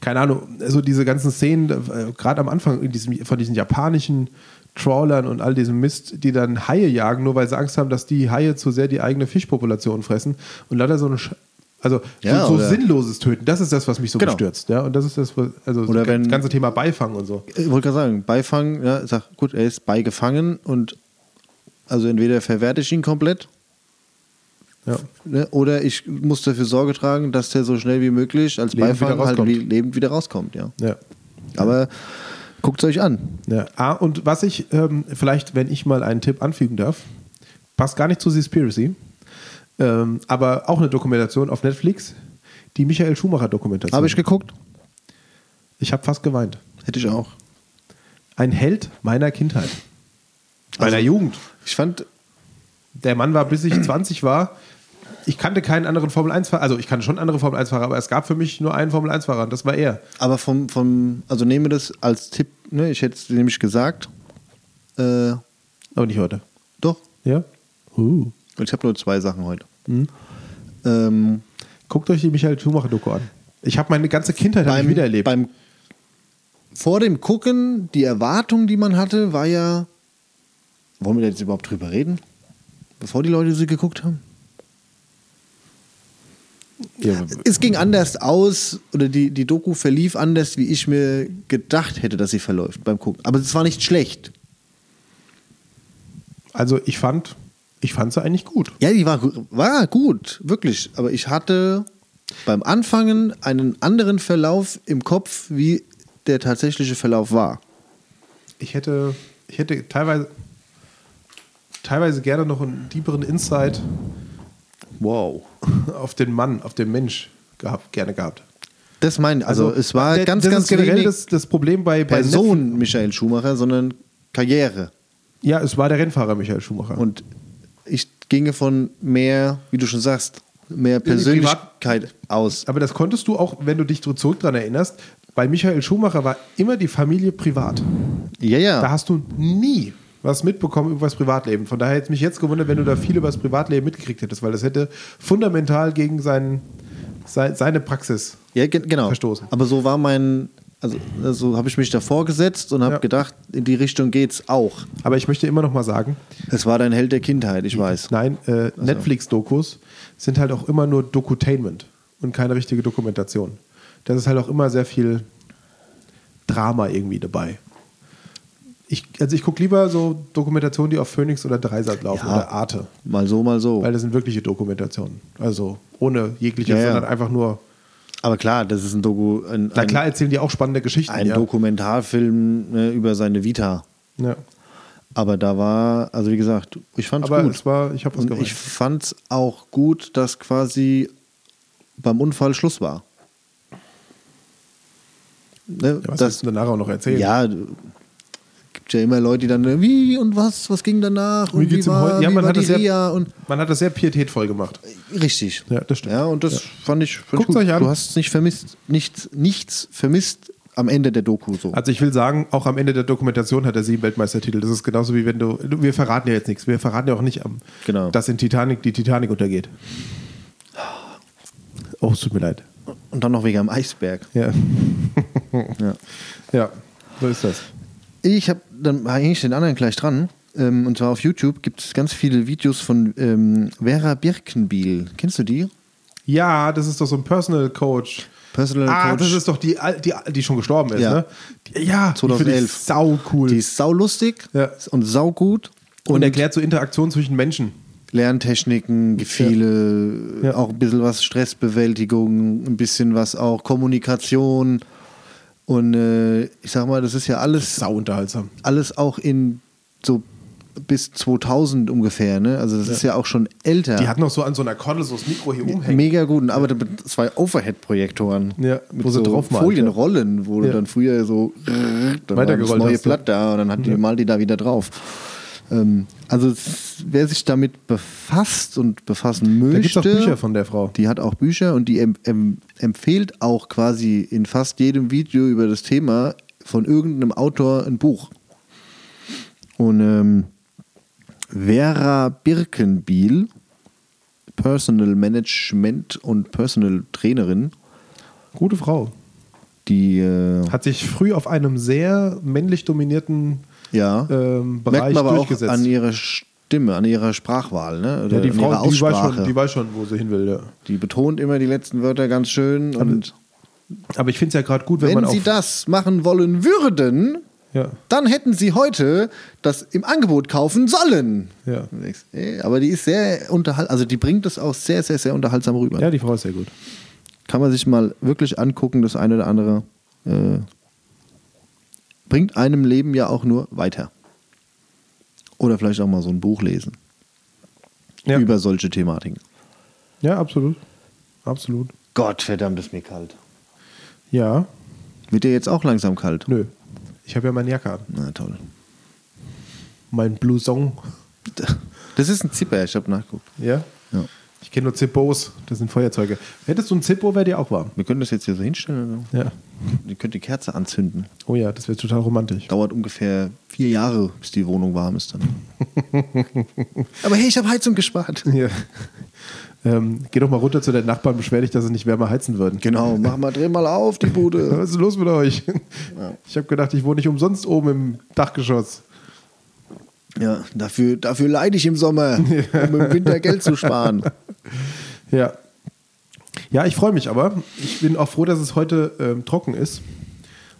[SPEAKER 2] keine Ahnung, also diese ganzen Szenen, äh, gerade am Anfang in diesem, von diesen japanischen Trawlern und all diesem Mist, die dann Haie jagen, nur weil sie Angst haben, dass die Haie zu sehr die eigene Fischpopulation fressen und leider so eine Sch also
[SPEAKER 1] Ja,
[SPEAKER 2] so, so
[SPEAKER 1] oder-
[SPEAKER 2] sinnloses Töten, das ist das, was mich so
[SPEAKER 1] Genau.
[SPEAKER 2] bestürzt, ja, und das ist das, was- also
[SPEAKER 1] Oder
[SPEAKER 2] das
[SPEAKER 1] wenn-
[SPEAKER 2] ganze Thema Beifang und so.
[SPEAKER 1] Ich wollte gerade sagen, Beifang, ja, sag, gut, er ist beigefangen und also entweder verwerte ich ihn komplett
[SPEAKER 2] Ja.
[SPEAKER 1] ne, oder ich muss dafür Sorge tragen, dass der so schnell wie möglich als
[SPEAKER 2] Lebend
[SPEAKER 1] Beifang
[SPEAKER 2] wieder
[SPEAKER 1] halt
[SPEAKER 2] rauskommt.
[SPEAKER 1] wie, lebend wieder rauskommt, ja.
[SPEAKER 2] ja.
[SPEAKER 1] Aber guckt es euch an.
[SPEAKER 2] Ja. Ah, und was ich ähm, vielleicht, wenn ich mal einen Tipp anfügen darf, passt gar nicht zu Seaspiracy, ähm, aber auch eine Dokumentation auf Netflix, die Michael Schumacher Dokumentation.
[SPEAKER 1] Habe ich geguckt?
[SPEAKER 2] ich habe fast geweint.
[SPEAKER 1] Hätte ich auch.
[SPEAKER 2] Ein Held meiner Kindheit. Meiner
[SPEAKER 1] Also-
[SPEAKER 2] Jugend.
[SPEAKER 1] Ich fand,
[SPEAKER 2] Der Mann war, bis ich 20 war, ich kannte keinen anderen Formel-1-Fahrer, also ich kannte schon andere Formel-1-Fahrer, aber es gab für mich nur einen Formel-1-Fahrer und das war er.
[SPEAKER 1] aber vom, vom also nehme das als Tipp, ne, ich hätte es nämlich gesagt, äh,
[SPEAKER 2] Aber nicht heute.
[SPEAKER 1] doch,
[SPEAKER 2] Ja? Uh.
[SPEAKER 1] ich habe nur zwei Sachen heute.
[SPEAKER 2] Mhm.
[SPEAKER 1] Ähm,
[SPEAKER 2] Guckt euch die Michael Schumacher-Doku an. Ich habe meine ganze Kindheit hab ich
[SPEAKER 1] beim,
[SPEAKER 2] wiedererlebt.
[SPEAKER 1] beim vor dem Gucken, die Erwartung, die man hatte, war ja. Wollen wir da jetzt überhaupt drüber reden? Bevor die Leute sie geguckt haben?
[SPEAKER 2] ja,
[SPEAKER 1] Es ging anders aus, oder die, die Doku verlief anders, wie ich mir gedacht hätte, dass sie verläuft beim Gucken. Aber es war nicht schlecht.
[SPEAKER 2] also ich fand, ich fand sie eigentlich gut.
[SPEAKER 1] Ja, die war, gu- war gut, wirklich. Aber ich hatte beim Anfangen einen anderen Verlauf im Kopf, wie der tatsächliche Verlauf war.
[SPEAKER 2] Ich hätte, ich hätte teilweise, teilweise gerne noch einen tieferen Insight
[SPEAKER 1] Wow.
[SPEAKER 2] auf den Mann, auf den Mensch gehabt, gerne gehabt.
[SPEAKER 1] Das meine ich. Also, es war
[SPEAKER 2] der-
[SPEAKER 1] ganz,
[SPEAKER 2] das
[SPEAKER 1] ganz
[SPEAKER 2] ist generell
[SPEAKER 1] wenig-
[SPEAKER 2] das, das Problem bei, bei Neffen.
[SPEAKER 1] Person Michael Schumacher, sondern Karriere.
[SPEAKER 2] Ja, es war der Rennfahrer Michael Schumacher.
[SPEAKER 1] Und ich ginge von mehr, wie du schon sagst, mehr Persönlichkeit aus.
[SPEAKER 2] aber das konntest du auch, wenn du dich dr- zurück dran erinnerst, bei Michael Schumacher war immer die Familie privat.
[SPEAKER 1] Ja,
[SPEAKER 2] Da
[SPEAKER 1] ja.
[SPEAKER 2] hast du nie was mitbekommen über das Privatleben. Von daher hätte es mich jetzt gewundert, wenn du da viel über das Privatleben mitgekriegt hättest, weil das hätte fundamental gegen seinen, sei- seine Praxis
[SPEAKER 4] Ja, ge genau.
[SPEAKER 2] Verstoßen.
[SPEAKER 4] Aber so war mein, also so habe ich mich davor gesetzt und habe
[SPEAKER 2] Ja.
[SPEAKER 4] gedacht, in die Richtung geht's auch.
[SPEAKER 2] Aber ich möchte immer noch mal sagen,
[SPEAKER 4] Es war dein Held der Kindheit, ich weiß.
[SPEAKER 2] nein, äh, Netflix-Dokus sind halt auch immer nur Dokutainment und keine richtige Dokumentation. Das ist halt auch immer sehr viel Drama irgendwie dabei. Ich, also ich gucke lieber so Dokumentationen, die auf Phoenix oder Dreisat laufen
[SPEAKER 4] Ja.
[SPEAKER 2] oder Arte.
[SPEAKER 4] Mal so, mal so.
[SPEAKER 2] Weil das sind wirkliche Dokumentationen. Also ohne jegliche,
[SPEAKER 4] Ja, ja.
[SPEAKER 2] sondern einfach nur.
[SPEAKER 4] Aber klar, das ist ein Doku, ein,
[SPEAKER 2] Na klar
[SPEAKER 4] ein,
[SPEAKER 2] erzählen die auch spannende Geschichten.
[SPEAKER 4] ein
[SPEAKER 2] ja.
[SPEAKER 4] Dokumentarfilm ne, über seine Vita.
[SPEAKER 2] Ja.
[SPEAKER 4] Aber da war, also wie gesagt, ich fand's
[SPEAKER 2] Aber
[SPEAKER 4] gut.
[SPEAKER 2] es war, ich habe was
[SPEAKER 4] und
[SPEAKER 2] gemeint.
[SPEAKER 4] ich fand's auch gut, dass quasi beim Unfall Schluss war. Ne,
[SPEAKER 2] ja, was
[SPEAKER 4] das,
[SPEAKER 2] willst du denn nachher auch noch erzählen?
[SPEAKER 4] ja, d- gibt ja immer Leute, die dann, wie und was, was ging danach?
[SPEAKER 2] Wie
[SPEAKER 4] und
[SPEAKER 2] geht's
[SPEAKER 4] wie
[SPEAKER 2] ihm
[SPEAKER 4] war,
[SPEAKER 2] heute? Ja,
[SPEAKER 4] wie
[SPEAKER 2] man
[SPEAKER 4] war
[SPEAKER 2] hat
[SPEAKER 4] die
[SPEAKER 2] das ja-
[SPEAKER 4] Reha? Und,
[SPEAKER 2] Man hat das sehr pietätvoll gemacht.
[SPEAKER 4] richtig.
[SPEAKER 2] Ja, das stimmt.
[SPEAKER 4] Ja, und das fand ich, fand
[SPEAKER 2] Guckt's
[SPEAKER 4] ich gut.
[SPEAKER 2] euch an.
[SPEAKER 4] Du hast nicht vermisst, nichts, nichts vermisst am Ende der Doku so.
[SPEAKER 2] Also ich will sagen, auch am Ende der Dokumentation hat er sieben Weltmeistertitel. Das ist genauso wie wenn du. Wir verraten ja jetzt nichts. Wir verraten ja auch nicht, am,
[SPEAKER 4] Genau.
[SPEAKER 2] dass in Titanic die Titanic untergeht. Oh, es tut mir leid.
[SPEAKER 4] Und dann noch wegen am Eisberg.
[SPEAKER 2] Ja.
[SPEAKER 4] Ja.
[SPEAKER 2] ja, so ist das.
[SPEAKER 4] Ich habe, dann hänge ich den anderen gleich dran. Ähm, und zwar auf YouTube gibt es ganz viele Videos von ähm, Vera Birkenbiel. Kennst du die?
[SPEAKER 2] Ja, das ist doch so ein Personal Coach.
[SPEAKER 4] Personal
[SPEAKER 2] ah,
[SPEAKER 4] Coach.
[SPEAKER 2] das ist doch die, Al- die, Al- die schon gestorben ist,
[SPEAKER 4] Ja.
[SPEAKER 2] ne? Die, ja, die finde ich
[SPEAKER 4] 2011.
[SPEAKER 2] sau cool.
[SPEAKER 4] Die ist saulustig
[SPEAKER 2] Ja.
[SPEAKER 4] und saugut.
[SPEAKER 2] und
[SPEAKER 4] Und,
[SPEAKER 2] erklärt so Interaktion zwischen Menschen.
[SPEAKER 4] Lerntechniken, viele,
[SPEAKER 2] Ja.
[SPEAKER 4] auch ein bisschen was Stressbewältigung, ein bisschen was auch Kommunikation. Und äh, ich sag mal, das ist ja alles
[SPEAKER 2] Sau unterhaltsam.
[SPEAKER 4] alles auch in so bis 2000 ungefähr, ne? Also das ist ja auch schon älter.
[SPEAKER 2] Die hat noch so an so einer Kordel so das Mikro hier umhängen.
[SPEAKER 4] Mega gut. Und arbeitet mit zwei Overhead-Projektoren.
[SPEAKER 2] Ja,
[SPEAKER 4] mit
[SPEAKER 2] wo sie
[SPEAKER 4] so
[SPEAKER 2] draufmalt,
[SPEAKER 4] Folienrollen, wo
[SPEAKER 2] Ja.
[SPEAKER 4] du dann früher so dann war das
[SPEAKER 2] Weitergerollt
[SPEAKER 4] neue
[SPEAKER 2] hast du.
[SPEAKER 4] Blatt da und dann hat die, malt die da wieder drauf. Ähm, also es- wer sich damit befasst und befassen möchte,
[SPEAKER 2] Da gibt es auch Bücher von der Frau.
[SPEAKER 4] die hat auch Bücher und die em em empfiehlt auch quasi in fast jedem Video über das Thema von irgendeinem Autor ein Buch. Und ähm, Vera Birkenbiel, Personal Management und Personal Trainerin,
[SPEAKER 2] Gute Frau.
[SPEAKER 4] die äh,
[SPEAKER 2] Hat sich früh auf einem sehr männlich dominierten
[SPEAKER 4] ja,
[SPEAKER 2] ähm,
[SPEAKER 4] merkt
[SPEAKER 2] Bereich
[SPEAKER 4] man aber auch
[SPEAKER 2] durchgesetzt.
[SPEAKER 4] an ihrer Stimme, an ihrer Sprachwahl, ne? Oder
[SPEAKER 2] ja, die
[SPEAKER 4] an
[SPEAKER 2] Frau,
[SPEAKER 4] ihrer
[SPEAKER 2] die
[SPEAKER 4] Aussprache.
[SPEAKER 2] weiß, schon, die weiß schon, wo sie hin will. Ja.
[SPEAKER 4] Die betont immer die letzten Wörter ganz schön und
[SPEAKER 2] Aber ich finde es ja gerade gut, Also, wenn,
[SPEAKER 4] Wenn
[SPEAKER 2] man
[SPEAKER 4] Sie
[SPEAKER 2] auf,
[SPEAKER 4] das machen wollen würden,
[SPEAKER 2] Ja.
[SPEAKER 4] dann hätten Sie heute das im Angebot kaufen sollen.
[SPEAKER 2] Ja.
[SPEAKER 4] Äh, Aber die ist sehr unterhaltsam, also die bringt das auch sehr, sehr, sehr unterhaltsam rüber.
[SPEAKER 2] Ja, die Frau ist sehr gut.
[SPEAKER 4] Kann man sich mal wirklich angucken, das eine oder andere äh, bringt einem Leben ja auch nur weiter. Oder vielleicht auch mal so ein Buch lesen
[SPEAKER 2] Ja,
[SPEAKER 4] über solche Thematiken.
[SPEAKER 2] ja absolut. Absolut.
[SPEAKER 4] Gott verdammt, ist mir kalt.
[SPEAKER 2] Ja,
[SPEAKER 4] Wird dir jetzt auch langsam kalt?
[SPEAKER 2] nö. Ich habe ja meine Jacke an.
[SPEAKER 4] Na toll.
[SPEAKER 2] Mein Blouson.
[SPEAKER 4] Das ist ein Zipper, ich habe nachgeguckt.
[SPEAKER 2] Ja?
[SPEAKER 4] Ja.
[SPEAKER 2] Ich kenne nur Zippos. Das sind Feuerzeuge. Hättest du einen Zippo, wäre dir auch warm.
[SPEAKER 4] Wir können das jetzt hier so hinstellen. Oder?
[SPEAKER 2] Ja.
[SPEAKER 4] Ihr könnt die Kerze anzünden.
[SPEAKER 2] Oh ja, das wäre total romantisch.
[SPEAKER 4] Dauert ungefähr vier Jahre, bis die Wohnung warm ist dann. Aber hey, ich habe Heizung gespart.
[SPEAKER 2] Ja. Ähm, geh doch mal runter zu deinen Nachbarn, beschwer dich, dass sie nicht wärmer heizen würden.
[SPEAKER 4] Genau, mach mal, dreh mal auf die Bude.
[SPEAKER 2] Was ist los mit euch? Ich habe gedacht, ich wohne nicht umsonst oben im Dachgeschoss.
[SPEAKER 4] Ja, dafür, dafür leide ich im Sommer, um im Winter Geld zu sparen.
[SPEAKER 2] Ja. Ja, ich freue mich aber. Ich bin auch froh, dass es heute ähm, trocken ist,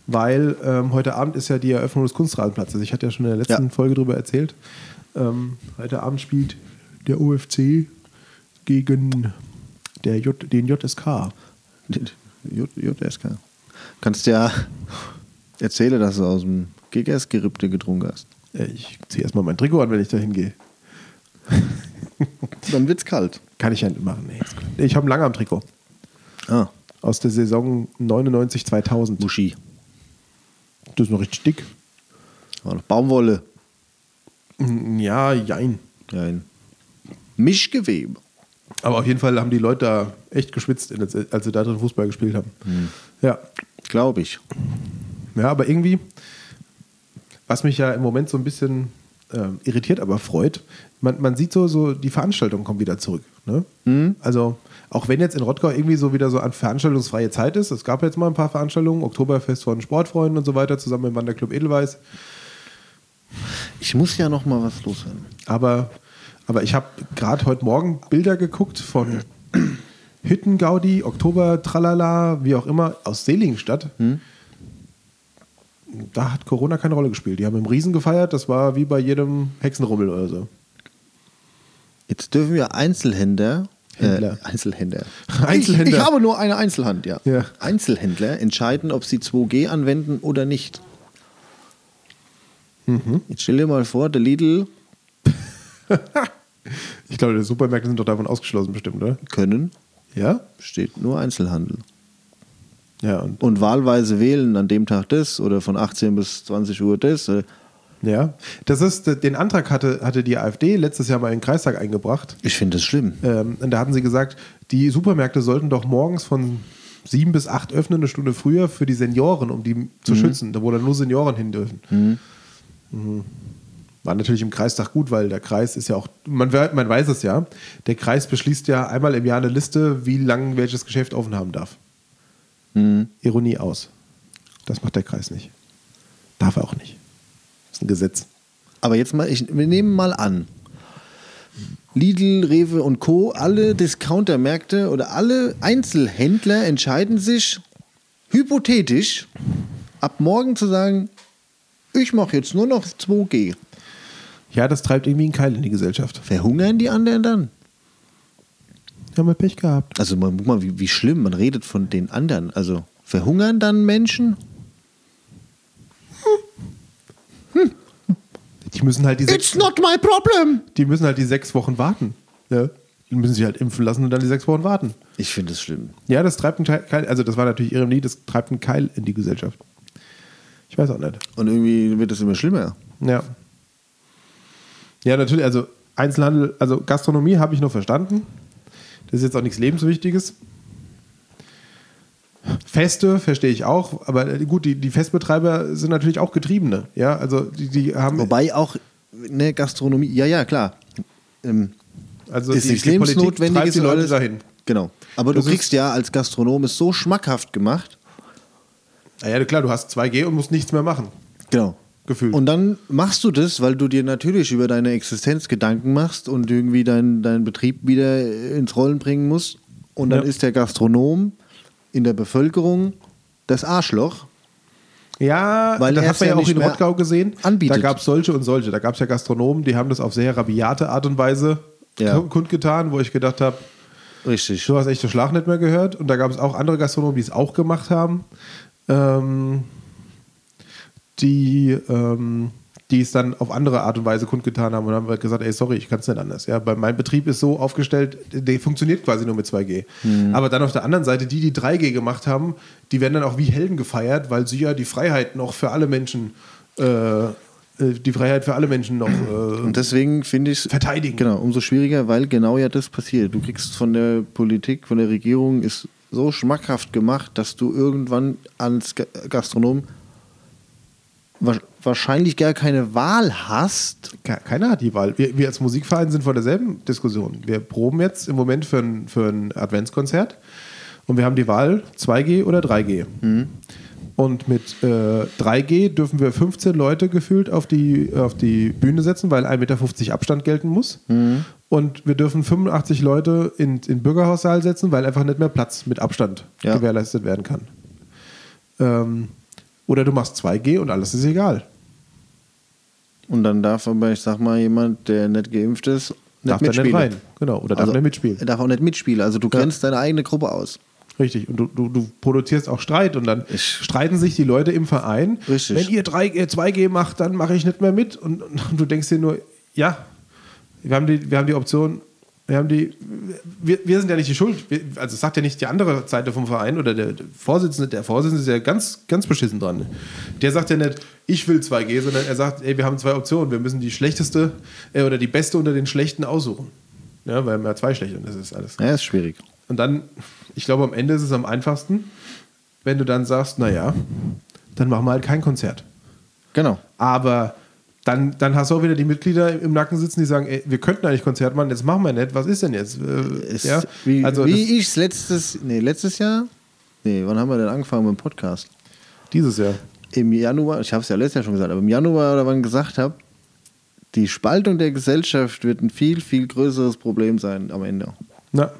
[SPEAKER 2] weil ähm, heute Abend ist ja die Eröffnung des Kunstrasenplatzes. Ich hatte ja schon in der letzten
[SPEAKER 4] Ja.
[SPEAKER 2] Folge darüber erzählt. Ähm, heute Abend spielt der UFC gegen der J, den JSK.
[SPEAKER 4] J- JSK. Kannst ja erzähle, dass du aus dem GGS-Gerippte getrunken hast.
[SPEAKER 2] Äh, Ich ziehe erstmal mein Trikot an, wenn ich da hingehe.
[SPEAKER 4] Dann wird's kalt.
[SPEAKER 2] Kann ich ja nicht machen. Nee, ist gut. ich habe ein Langarm-Trikot
[SPEAKER 4] Ah,
[SPEAKER 2] aus der Saison 99-2000.
[SPEAKER 4] Muschi.
[SPEAKER 2] Das ist noch richtig dick.
[SPEAKER 4] War noch Baumwolle.
[SPEAKER 2] Ja, jein.
[SPEAKER 4] Nein. Mischgewebe.
[SPEAKER 2] Aber auf jeden Fall haben die Leute da echt geschwitzt, in- als sie da drin Fußball gespielt haben. Ja.
[SPEAKER 4] Glaube ich.
[SPEAKER 2] ja, aber irgendwie, was mich ja im Moment so ein bisschen ähm, irritiert, aber freut. Man, man sieht so, so, die Veranstaltungen kommen wieder zurück. Ne? Also, auch wenn jetzt in Rottgau irgendwie so wieder so an veranstaltungsfreie Zeit ist, es gab jetzt mal ein paar Veranstaltungen, Oktoberfest von Sportfreunden und so weiter, zusammen mit dem Wanderclub Edelweiß.
[SPEAKER 4] Ich muss ja noch mal was loswerden.
[SPEAKER 2] Aber, aber ich habe gerade heute Morgen Bilder geguckt von Hüttengaudi, Oktober, Tralala, wie auch immer, aus Seligenstadt. Da hat Corona keine Rolle gespielt. Die haben im Riesen gefeiert, das war wie bei jedem Hexenrummel oder so.
[SPEAKER 4] Jetzt dürfen wir Einzelhändler.
[SPEAKER 2] Händler.
[SPEAKER 4] Äh, Einzelhändler.
[SPEAKER 2] Einzelhändler.
[SPEAKER 4] Ich, ich habe nur eine Einzelhand, ja.
[SPEAKER 2] Ja.
[SPEAKER 4] Einzelhändler entscheiden, ob sie 2G anwenden oder nicht.
[SPEAKER 2] Mhm.
[SPEAKER 4] Jetzt stell dir mal vor, der Lidl
[SPEAKER 2] Ich glaube, die Supermärkte sind doch davon ausgeschlossen bestimmt, oder?
[SPEAKER 4] können,
[SPEAKER 2] Ja?
[SPEAKER 4] steht nur Einzelhandel.
[SPEAKER 2] Ja, und
[SPEAKER 4] Und wahlweise wählen an dem Tag das oder von 18 bis 20 Uhr das. äh,
[SPEAKER 2] ja. Das ist, den Antrag hatte, hatte die AfD letztes Jahr mal in den Kreistag eingebracht.
[SPEAKER 4] Ich finde das schlimm.
[SPEAKER 2] Ähm, und da hatten sie gesagt, die Supermärkte sollten doch morgens von sieben bis acht öffnen, eine Stunde früher für die Senioren, um die zu schützen, da wo dann nur Senioren hin dürfen. Mhm. War natürlich im Kreistag gut, weil der Kreis ist ja auch, man, we- man weiß es ja, der Kreis beschließt ja einmal im Jahr eine Liste, wie lang welches Geschäft offen haben darf. Mhm. Ironie aus. Das macht der Kreis nicht. Darf er auch nicht. Das ist ein Gesetz.
[SPEAKER 4] Aber jetzt mal, ich, wir nehmen mal an. Lidl, Rewe und Co., alle Discountermärkte oder alle Einzelhändler entscheiden sich hypothetisch ab morgen zu sagen, ich mache jetzt nur noch 2G.
[SPEAKER 2] Ja, das treibt irgendwie einen Keil in die Gesellschaft.
[SPEAKER 4] Verhungern die anderen dann?
[SPEAKER 2] Haben wir Pech gehabt.
[SPEAKER 4] Also man, guck mal, wie, wie schlimm, man redet von den anderen. Also verhungern dann Menschen?
[SPEAKER 2] Die müssen halt die sechs-
[SPEAKER 4] not my problem!
[SPEAKER 2] die müssen halt die sechs Wochen warten. Ja. Die müssen sich halt impfen lassen und dann die sechs Wochen warten.
[SPEAKER 4] Ich finde es schlimm.
[SPEAKER 2] Ja, das treibt einen Keil, also das war natürlich Ironie, das treibt einen Keil in die Gesellschaft. Ich weiß auch nicht.
[SPEAKER 4] Und irgendwie wird es immer schlimmer.
[SPEAKER 2] Ja. Ja, natürlich, also Einzelhandel, also Gastronomie habe ich noch verstanden. Das ist jetzt auch nichts Lebenswichtiges. Feste verstehe ich auch, aber gut, die, die Festbetreiber sind natürlich auch Getriebene. Ja, also die, die haben.
[SPEAKER 4] Wobei auch ne, Gastronomie, ja, ja, klar. Ähm,
[SPEAKER 2] also
[SPEAKER 4] ist
[SPEAKER 2] die,
[SPEAKER 4] nichts
[SPEAKER 2] die Politik treibt
[SPEAKER 4] Lebensnotwendiges
[SPEAKER 2] die
[SPEAKER 4] und
[SPEAKER 2] Leute
[SPEAKER 4] alles.
[SPEAKER 2] dahin.
[SPEAKER 4] Genau. Aber
[SPEAKER 2] Das
[SPEAKER 4] du
[SPEAKER 2] ist-
[SPEAKER 4] kriegst ja als Gastronom es so schmackhaft gemacht.
[SPEAKER 2] Naja, klar, du hast 2G und musst nichts mehr machen.
[SPEAKER 4] Genau.
[SPEAKER 2] Gefühlt.
[SPEAKER 4] Und dann machst du das, weil du dir natürlich über deine Existenz Gedanken machst und irgendwie deinen deinen Betrieb wieder ins Rollen bringen musst. Und dann
[SPEAKER 2] Ja.
[SPEAKER 4] ist der Gastronom in der Bevölkerung das Arschloch.
[SPEAKER 2] Ja,
[SPEAKER 4] Weil
[SPEAKER 2] das
[SPEAKER 4] er
[SPEAKER 2] hat
[SPEAKER 4] es
[SPEAKER 2] man ja
[SPEAKER 4] ja
[SPEAKER 2] auch
[SPEAKER 4] nicht
[SPEAKER 2] in
[SPEAKER 4] mehr
[SPEAKER 2] Rottgau gesehen.
[SPEAKER 4] anbietet.
[SPEAKER 2] Da gab es solche und solche. Da gab es ja Gastronomen, die haben das auf sehr rabiate Art und Weise
[SPEAKER 4] Ja.
[SPEAKER 2] ku- kundgetan, wo ich gedacht habe,
[SPEAKER 4] Richtig.
[SPEAKER 2] du hast echt den Schlag nicht mehr gehört. Und da gab es auch andere Gastronomen, die es auch gemacht haben, ähm, die, ähm, die es dann auf andere Art und Weise kundgetan haben und haben halt gesagt, ey, sorry, ich kann es nicht anders. Ja, bei mein Betrieb ist so aufgestellt, der funktioniert quasi nur mit 2G. Aber dann auf der anderen Seite, die, die 3G gemacht haben, die werden dann auch wie Helden gefeiert, weil sie ja die Freiheit noch für alle Menschen, äh, äh, die Freiheit für alle Menschen noch äh,
[SPEAKER 4] Und deswegen finde ich es
[SPEAKER 2] verteidigen.
[SPEAKER 4] Genau, umso schwieriger, weil genau ja das passiert. Du kriegst von der Politik, von der Regierung ist so schmackhaft gemacht, dass du irgendwann als Ga- Gastronom wa- wahrscheinlich gar keine Wahl hast.
[SPEAKER 2] Ke- Keiner hat die Wahl. Wir, wir als Musikverein sind vor derselben Diskussion. Wir proben jetzt im Moment für ein, für ein Adventskonzert und wir haben die Wahl 2G oder 3G. Und mit äh, 3G dürfen wir 15 Leute gefühlt auf die, auf die Bühne setzen, weil 1,50 Meter Abstand gelten muss. Und wir dürfen 85 Leute in den Bürgerhaussaal setzen, weil einfach nicht mehr Platz mit Abstand
[SPEAKER 4] Ja.
[SPEAKER 2] gewährleistet werden kann. Ähm, oder du machst 2G und alles ist egal.
[SPEAKER 4] Und dann darf aber, ich sag mal, jemand, der nicht geimpft ist, nicht
[SPEAKER 2] Darf da nicht
[SPEAKER 4] mitspielen. Also
[SPEAKER 2] rein. Genau. Oder darf nicht mitspielen.
[SPEAKER 4] Er darf auch nicht mitspielen. Also du grenzt deine eigene Gruppe aus.
[SPEAKER 2] Richtig. Und du, du, du produzierst auch Streit und dann
[SPEAKER 4] Ich-
[SPEAKER 2] streiten sich die Leute im Verein.
[SPEAKER 4] Richtig.
[SPEAKER 2] Wenn ihr 3, äh, 2G macht, dann mache ich nicht mehr mit. Und, und du denkst dir nur, ja, wir haben die, wir haben die Option, wir haben die, wir, wir sind ja nicht die Schuld. Wir, also es sagt ja nicht die andere Seite vom Verein oder der, der Vorsitzende, der Vorsitzende ist ja ganz, ganz beschissen dran. Der sagt ja nicht, ich will 2G, sondern er sagt, ey, wir haben zwei Optionen. Wir müssen die schlechteste äh, oder die beste unter den schlechten aussuchen. Ja, weil wir haben ja zwei schlechte und das ist alles.
[SPEAKER 4] Ja, ist schwierig.
[SPEAKER 2] Und dann, ich glaube, am Ende ist es am einfachsten, wenn du dann sagst, naja, dann machen wir halt kein Konzert.
[SPEAKER 4] Genau.
[SPEAKER 2] Aber Dann, dann hast du auch wieder die Mitglieder im Nacken sitzen, die sagen, ey, wir könnten eigentlich Konzert machen, jetzt machen wir nicht, was ist denn jetzt? Äh,
[SPEAKER 4] Ist,
[SPEAKER 2] ja?
[SPEAKER 4] Wie,
[SPEAKER 2] also das,
[SPEAKER 4] wie ich es letztes, nee, letztes Jahr, nee, wann haben wir denn angefangen mit dem Podcast?
[SPEAKER 2] dieses Jahr.
[SPEAKER 4] Im Januar, ich habe es ja letztes Jahr schon gesagt, aber im Januar oder wann gesagt habe, die Spaltung der Gesellschaft wird ein viel, viel größeres Problem sein am Ende.
[SPEAKER 2] Na.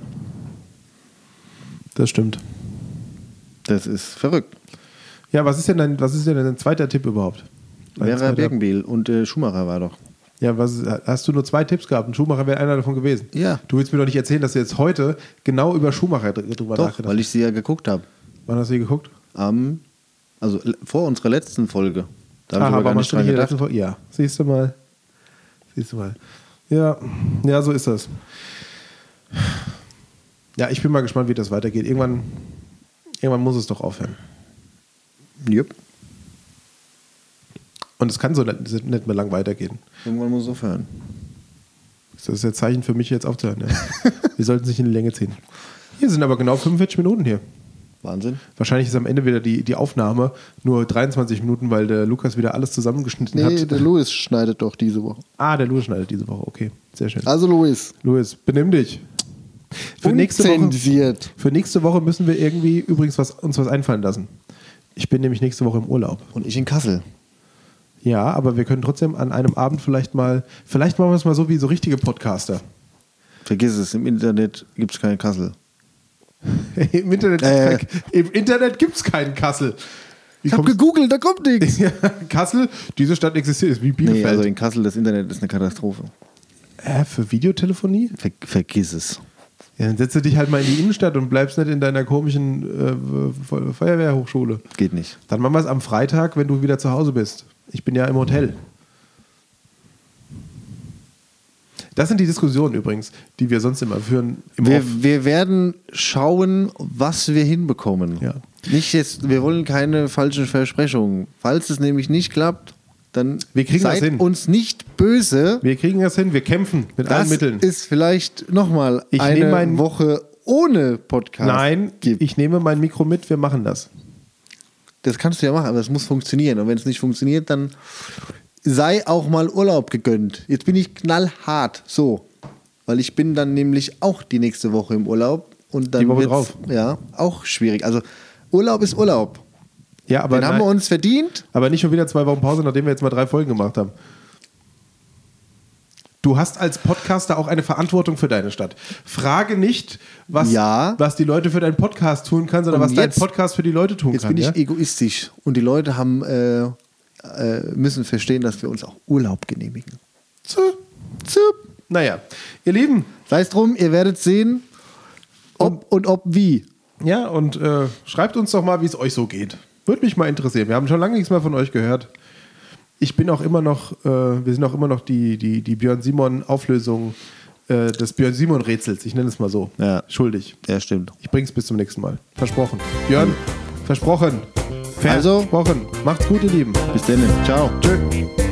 [SPEAKER 2] Das stimmt.
[SPEAKER 4] Das ist verrückt.
[SPEAKER 2] Ja, was ist denn dein, was ist denn dein zweiter Tipp überhaupt? Dein
[SPEAKER 4] Vera
[SPEAKER 2] zweiter-
[SPEAKER 4] Birkenbiel und äh, Schumacher war doch.
[SPEAKER 2] Ja, was, hast du nur zwei Tipps gehabt? Ein Schumacher wäre einer davon gewesen.
[SPEAKER 4] Ja.
[SPEAKER 2] Du willst mir doch nicht erzählen, dass du jetzt heute genau über Schumacher dr- drüber
[SPEAKER 4] Doch,
[SPEAKER 2] nachgedacht
[SPEAKER 4] weil ich sie ja geguckt habe.
[SPEAKER 2] hast. Wann hast du hier geguckt?
[SPEAKER 4] Am, also l- vor unserer letzten Folge. Da
[SPEAKER 2] Aha,
[SPEAKER 4] habe ich aber gar
[SPEAKER 2] warum
[SPEAKER 4] nicht
[SPEAKER 2] hast du
[SPEAKER 4] dran
[SPEAKER 2] nicht in der
[SPEAKER 4] gedacht.
[SPEAKER 2] letzten Folge? Ja, siehst du mal. Siehst du mal. Ja, ja, so ist das. Ja, ich bin mal gespannt, wie das weitergeht. Irgendwann, irgendwann muss es doch aufhören.
[SPEAKER 4] Jupp.
[SPEAKER 2] Und es kann so nicht nicht mehr lang weitergehen.
[SPEAKER 4] Irgendwann muss es aufhören.
[SPEAKER 2] Das ist das Zeichen für mich, jetzt aufzuhören. Ja. Wir sollten es nicht in die Länge ziehen. Hier sind aber genau 45 Minuten hier.
[SPEAKER 4] Wahnsinn.
[SPEAKER 2] Wahrscheinlich ist am Ende wieder die, die Aufnahme nur 23 Minuten, weil der Lukas wieder alles zusammengeschnitten hat.
[SPEAKER 4] Louis schneidet doch diese Woche.
[SPEAKER 2] ah, der Louis schneidet diese Woche. Okay, sehr schön.
[SPEAKER 4] Also Louis,
[SPEAKER 2] Louis, benimm dich. Für nächste, Woche, für nächste Woche müssen wir irgendwie übrigens was, uns was einfallen lassen. Ich bin nämlich nächste Woche im Urlaub.
[SPEAKER 4] Und ich in Kassel.
[SPEAKER 2] Ja, aber wir können trotzdem an einem Abend vielleicht mal, vielleicht machen wir es mal so wie so richtige Podcaster.
[SPEAKER 4] Vergiss es, im Internet gibt es keine Kassel.
[SPEAKER 2] Im Internet,
[SPEAKER 4] Äh.
[SPEAKER 2] im Internet gibt es keinen Kassel. Wie
[SPEAKER 4] hab
[SPEAKER 2] kommst-
[SPEAKER 4] gegoogelt, da kommt nichts.
[SPEAKER 2] Ja, Kassel, diese Stadt existiert, ist wie
[SPEAKER 4] Nee,
[SPEAKER 2] Bielefeld.
[SPEAKER 4] also in Kassel, das Internet ist eine Katastrophe.
[SPEAKER 2] Hä, für Videotelefonie?
[SPEAKER 4] Ver vergiss es.
[SPEAKER 2] Ja, dann setze dich halt mal in die Innenstadt und bleibst nicht in deiner komischen äh, Fe- Feuerwehrhochschule.
[SPEAKER 4] Geht nicht.
[SPEAKER 2] Dann machen wir es am Freitag, wenn du wieder zu Hause bist. Ich bin ja im Hotel. Das sind die Diskussionen übrigens, die wir sonst immer führen. Im Off.
[SPEAKER 4] Wir, wir werden schauen, was wir hinbekommen.
[SPEAKER 2] Ja.
[SPEAKER 4] Nicht jetzt, wir wollen keine falschen Versprechungen. Falls es nämlich nicht klappt, dann
[SPEAKER 2] Wir kriegen das
[SPEAKER 4] seid
[SPEAKER 2] hin.
[SPEAKER 4] uns nicht böse.
[SPEAKER 2] wir kriegen das hin, wir kämpfen mit allen
[SPEAKER 4] das
[SPEAKER 2] Mitteln.
[SPEAKER 4] ist vielleicht nochmal
[SPEAKER 2] Ich
[SPEAKER 4] eine
[SPEAKER 2] nehm mein-
[SPEAKER 4] Woche ohne Podcast.
[SPEAKER 2] Nein,
[SPEAKER 4] gibt.
[SPEAKER 2] ich nehme mein Mikro mit, wir machen das.
[SPEAKER 4] das kannst du ja machen, aber es muss funktionieren. Und wenn es nicht funktioniert, dann sei auch mal Urlaub gegönnt. Jetzt bin ich knallhart, so. Weil ich bin dann nämlich auch die nächste Woche im Urlaub. Und dann
[SPEAKER 2] Die Woche
[SPEAKER 4] wird's,
[SPEAKER 2] drauf.
[SPEAKER 4] Ja, auch schwierig. Also Urlaub ist Urlaub.
[SPEAKER 2] Ja, aber,
[SPEAKER 4] Den haben
[SPEAKER 2] nein,
[SPEAKER 4] wir uns verdient.
[SPEAKER 2] aber nicht schon wieder zwei Wochen Pause, nachdem wir jetzt mal drei Folgen gemacht haben. Du hast als Podcaster auch eine Verantwortung für deine Stadt. Frage nicht, was,
[SPEAKER 4] Ja.
[SPEAKER 2] was die Leute für deinen Podcast tun können, sondern
[SPEAKER 4] Und
[SPEAKER 2] was dein
[SPEAKER 4] jetzt-
[SPEAKER 2] Podcast für die Leute tun
[SPEAKER 4] Jetzt
[SPEAKER 2] kann.
[SPEAKER 4] bin ich
[SPEAKER 2] ja?
[SPEAKER 4] egoistisch. Und die Leute haben, äh, äh, müssen verstehen, dass wir uns auch Urlaub genehmigen.
[SPEAKER 2] Zup.
[SPEAKER 4] Zup.
[SPEAKER 2] Naja, ihr Lieben,
[SPEAKER 4] Sei es drum, ihr werdet sehen, ob und ob wie.
[SPEAKER 2] ja, und äh, schreibt uns doch mal, wie es euch so geht. Würde mich mal interessieren. Wir haben schon lange nichts mehr von euch gehört. Ich bin auch immer noch, äh, wir sind auch immer noch die, die, die Björn Simon-Auflösung äh, des Björn Simon-Rätsels, ich nenne es mal so.
[SPEAKER 4] Ja.
[SPEAKER 2] Schuldig.
[SPEAKER 4] Ja, stimmt.
[SPEAKER 2] Ich bring's bis zum nächsten Mal. Versprochen. Björn, versprochen.
[SPEAKER 4] Also-
[SPEAKER 2] Versprochen. Macht's gut, ihr Lieben.
[SPEAKER 4] Bis dann. Ciao.
[SPEAKER 2] Tschüss.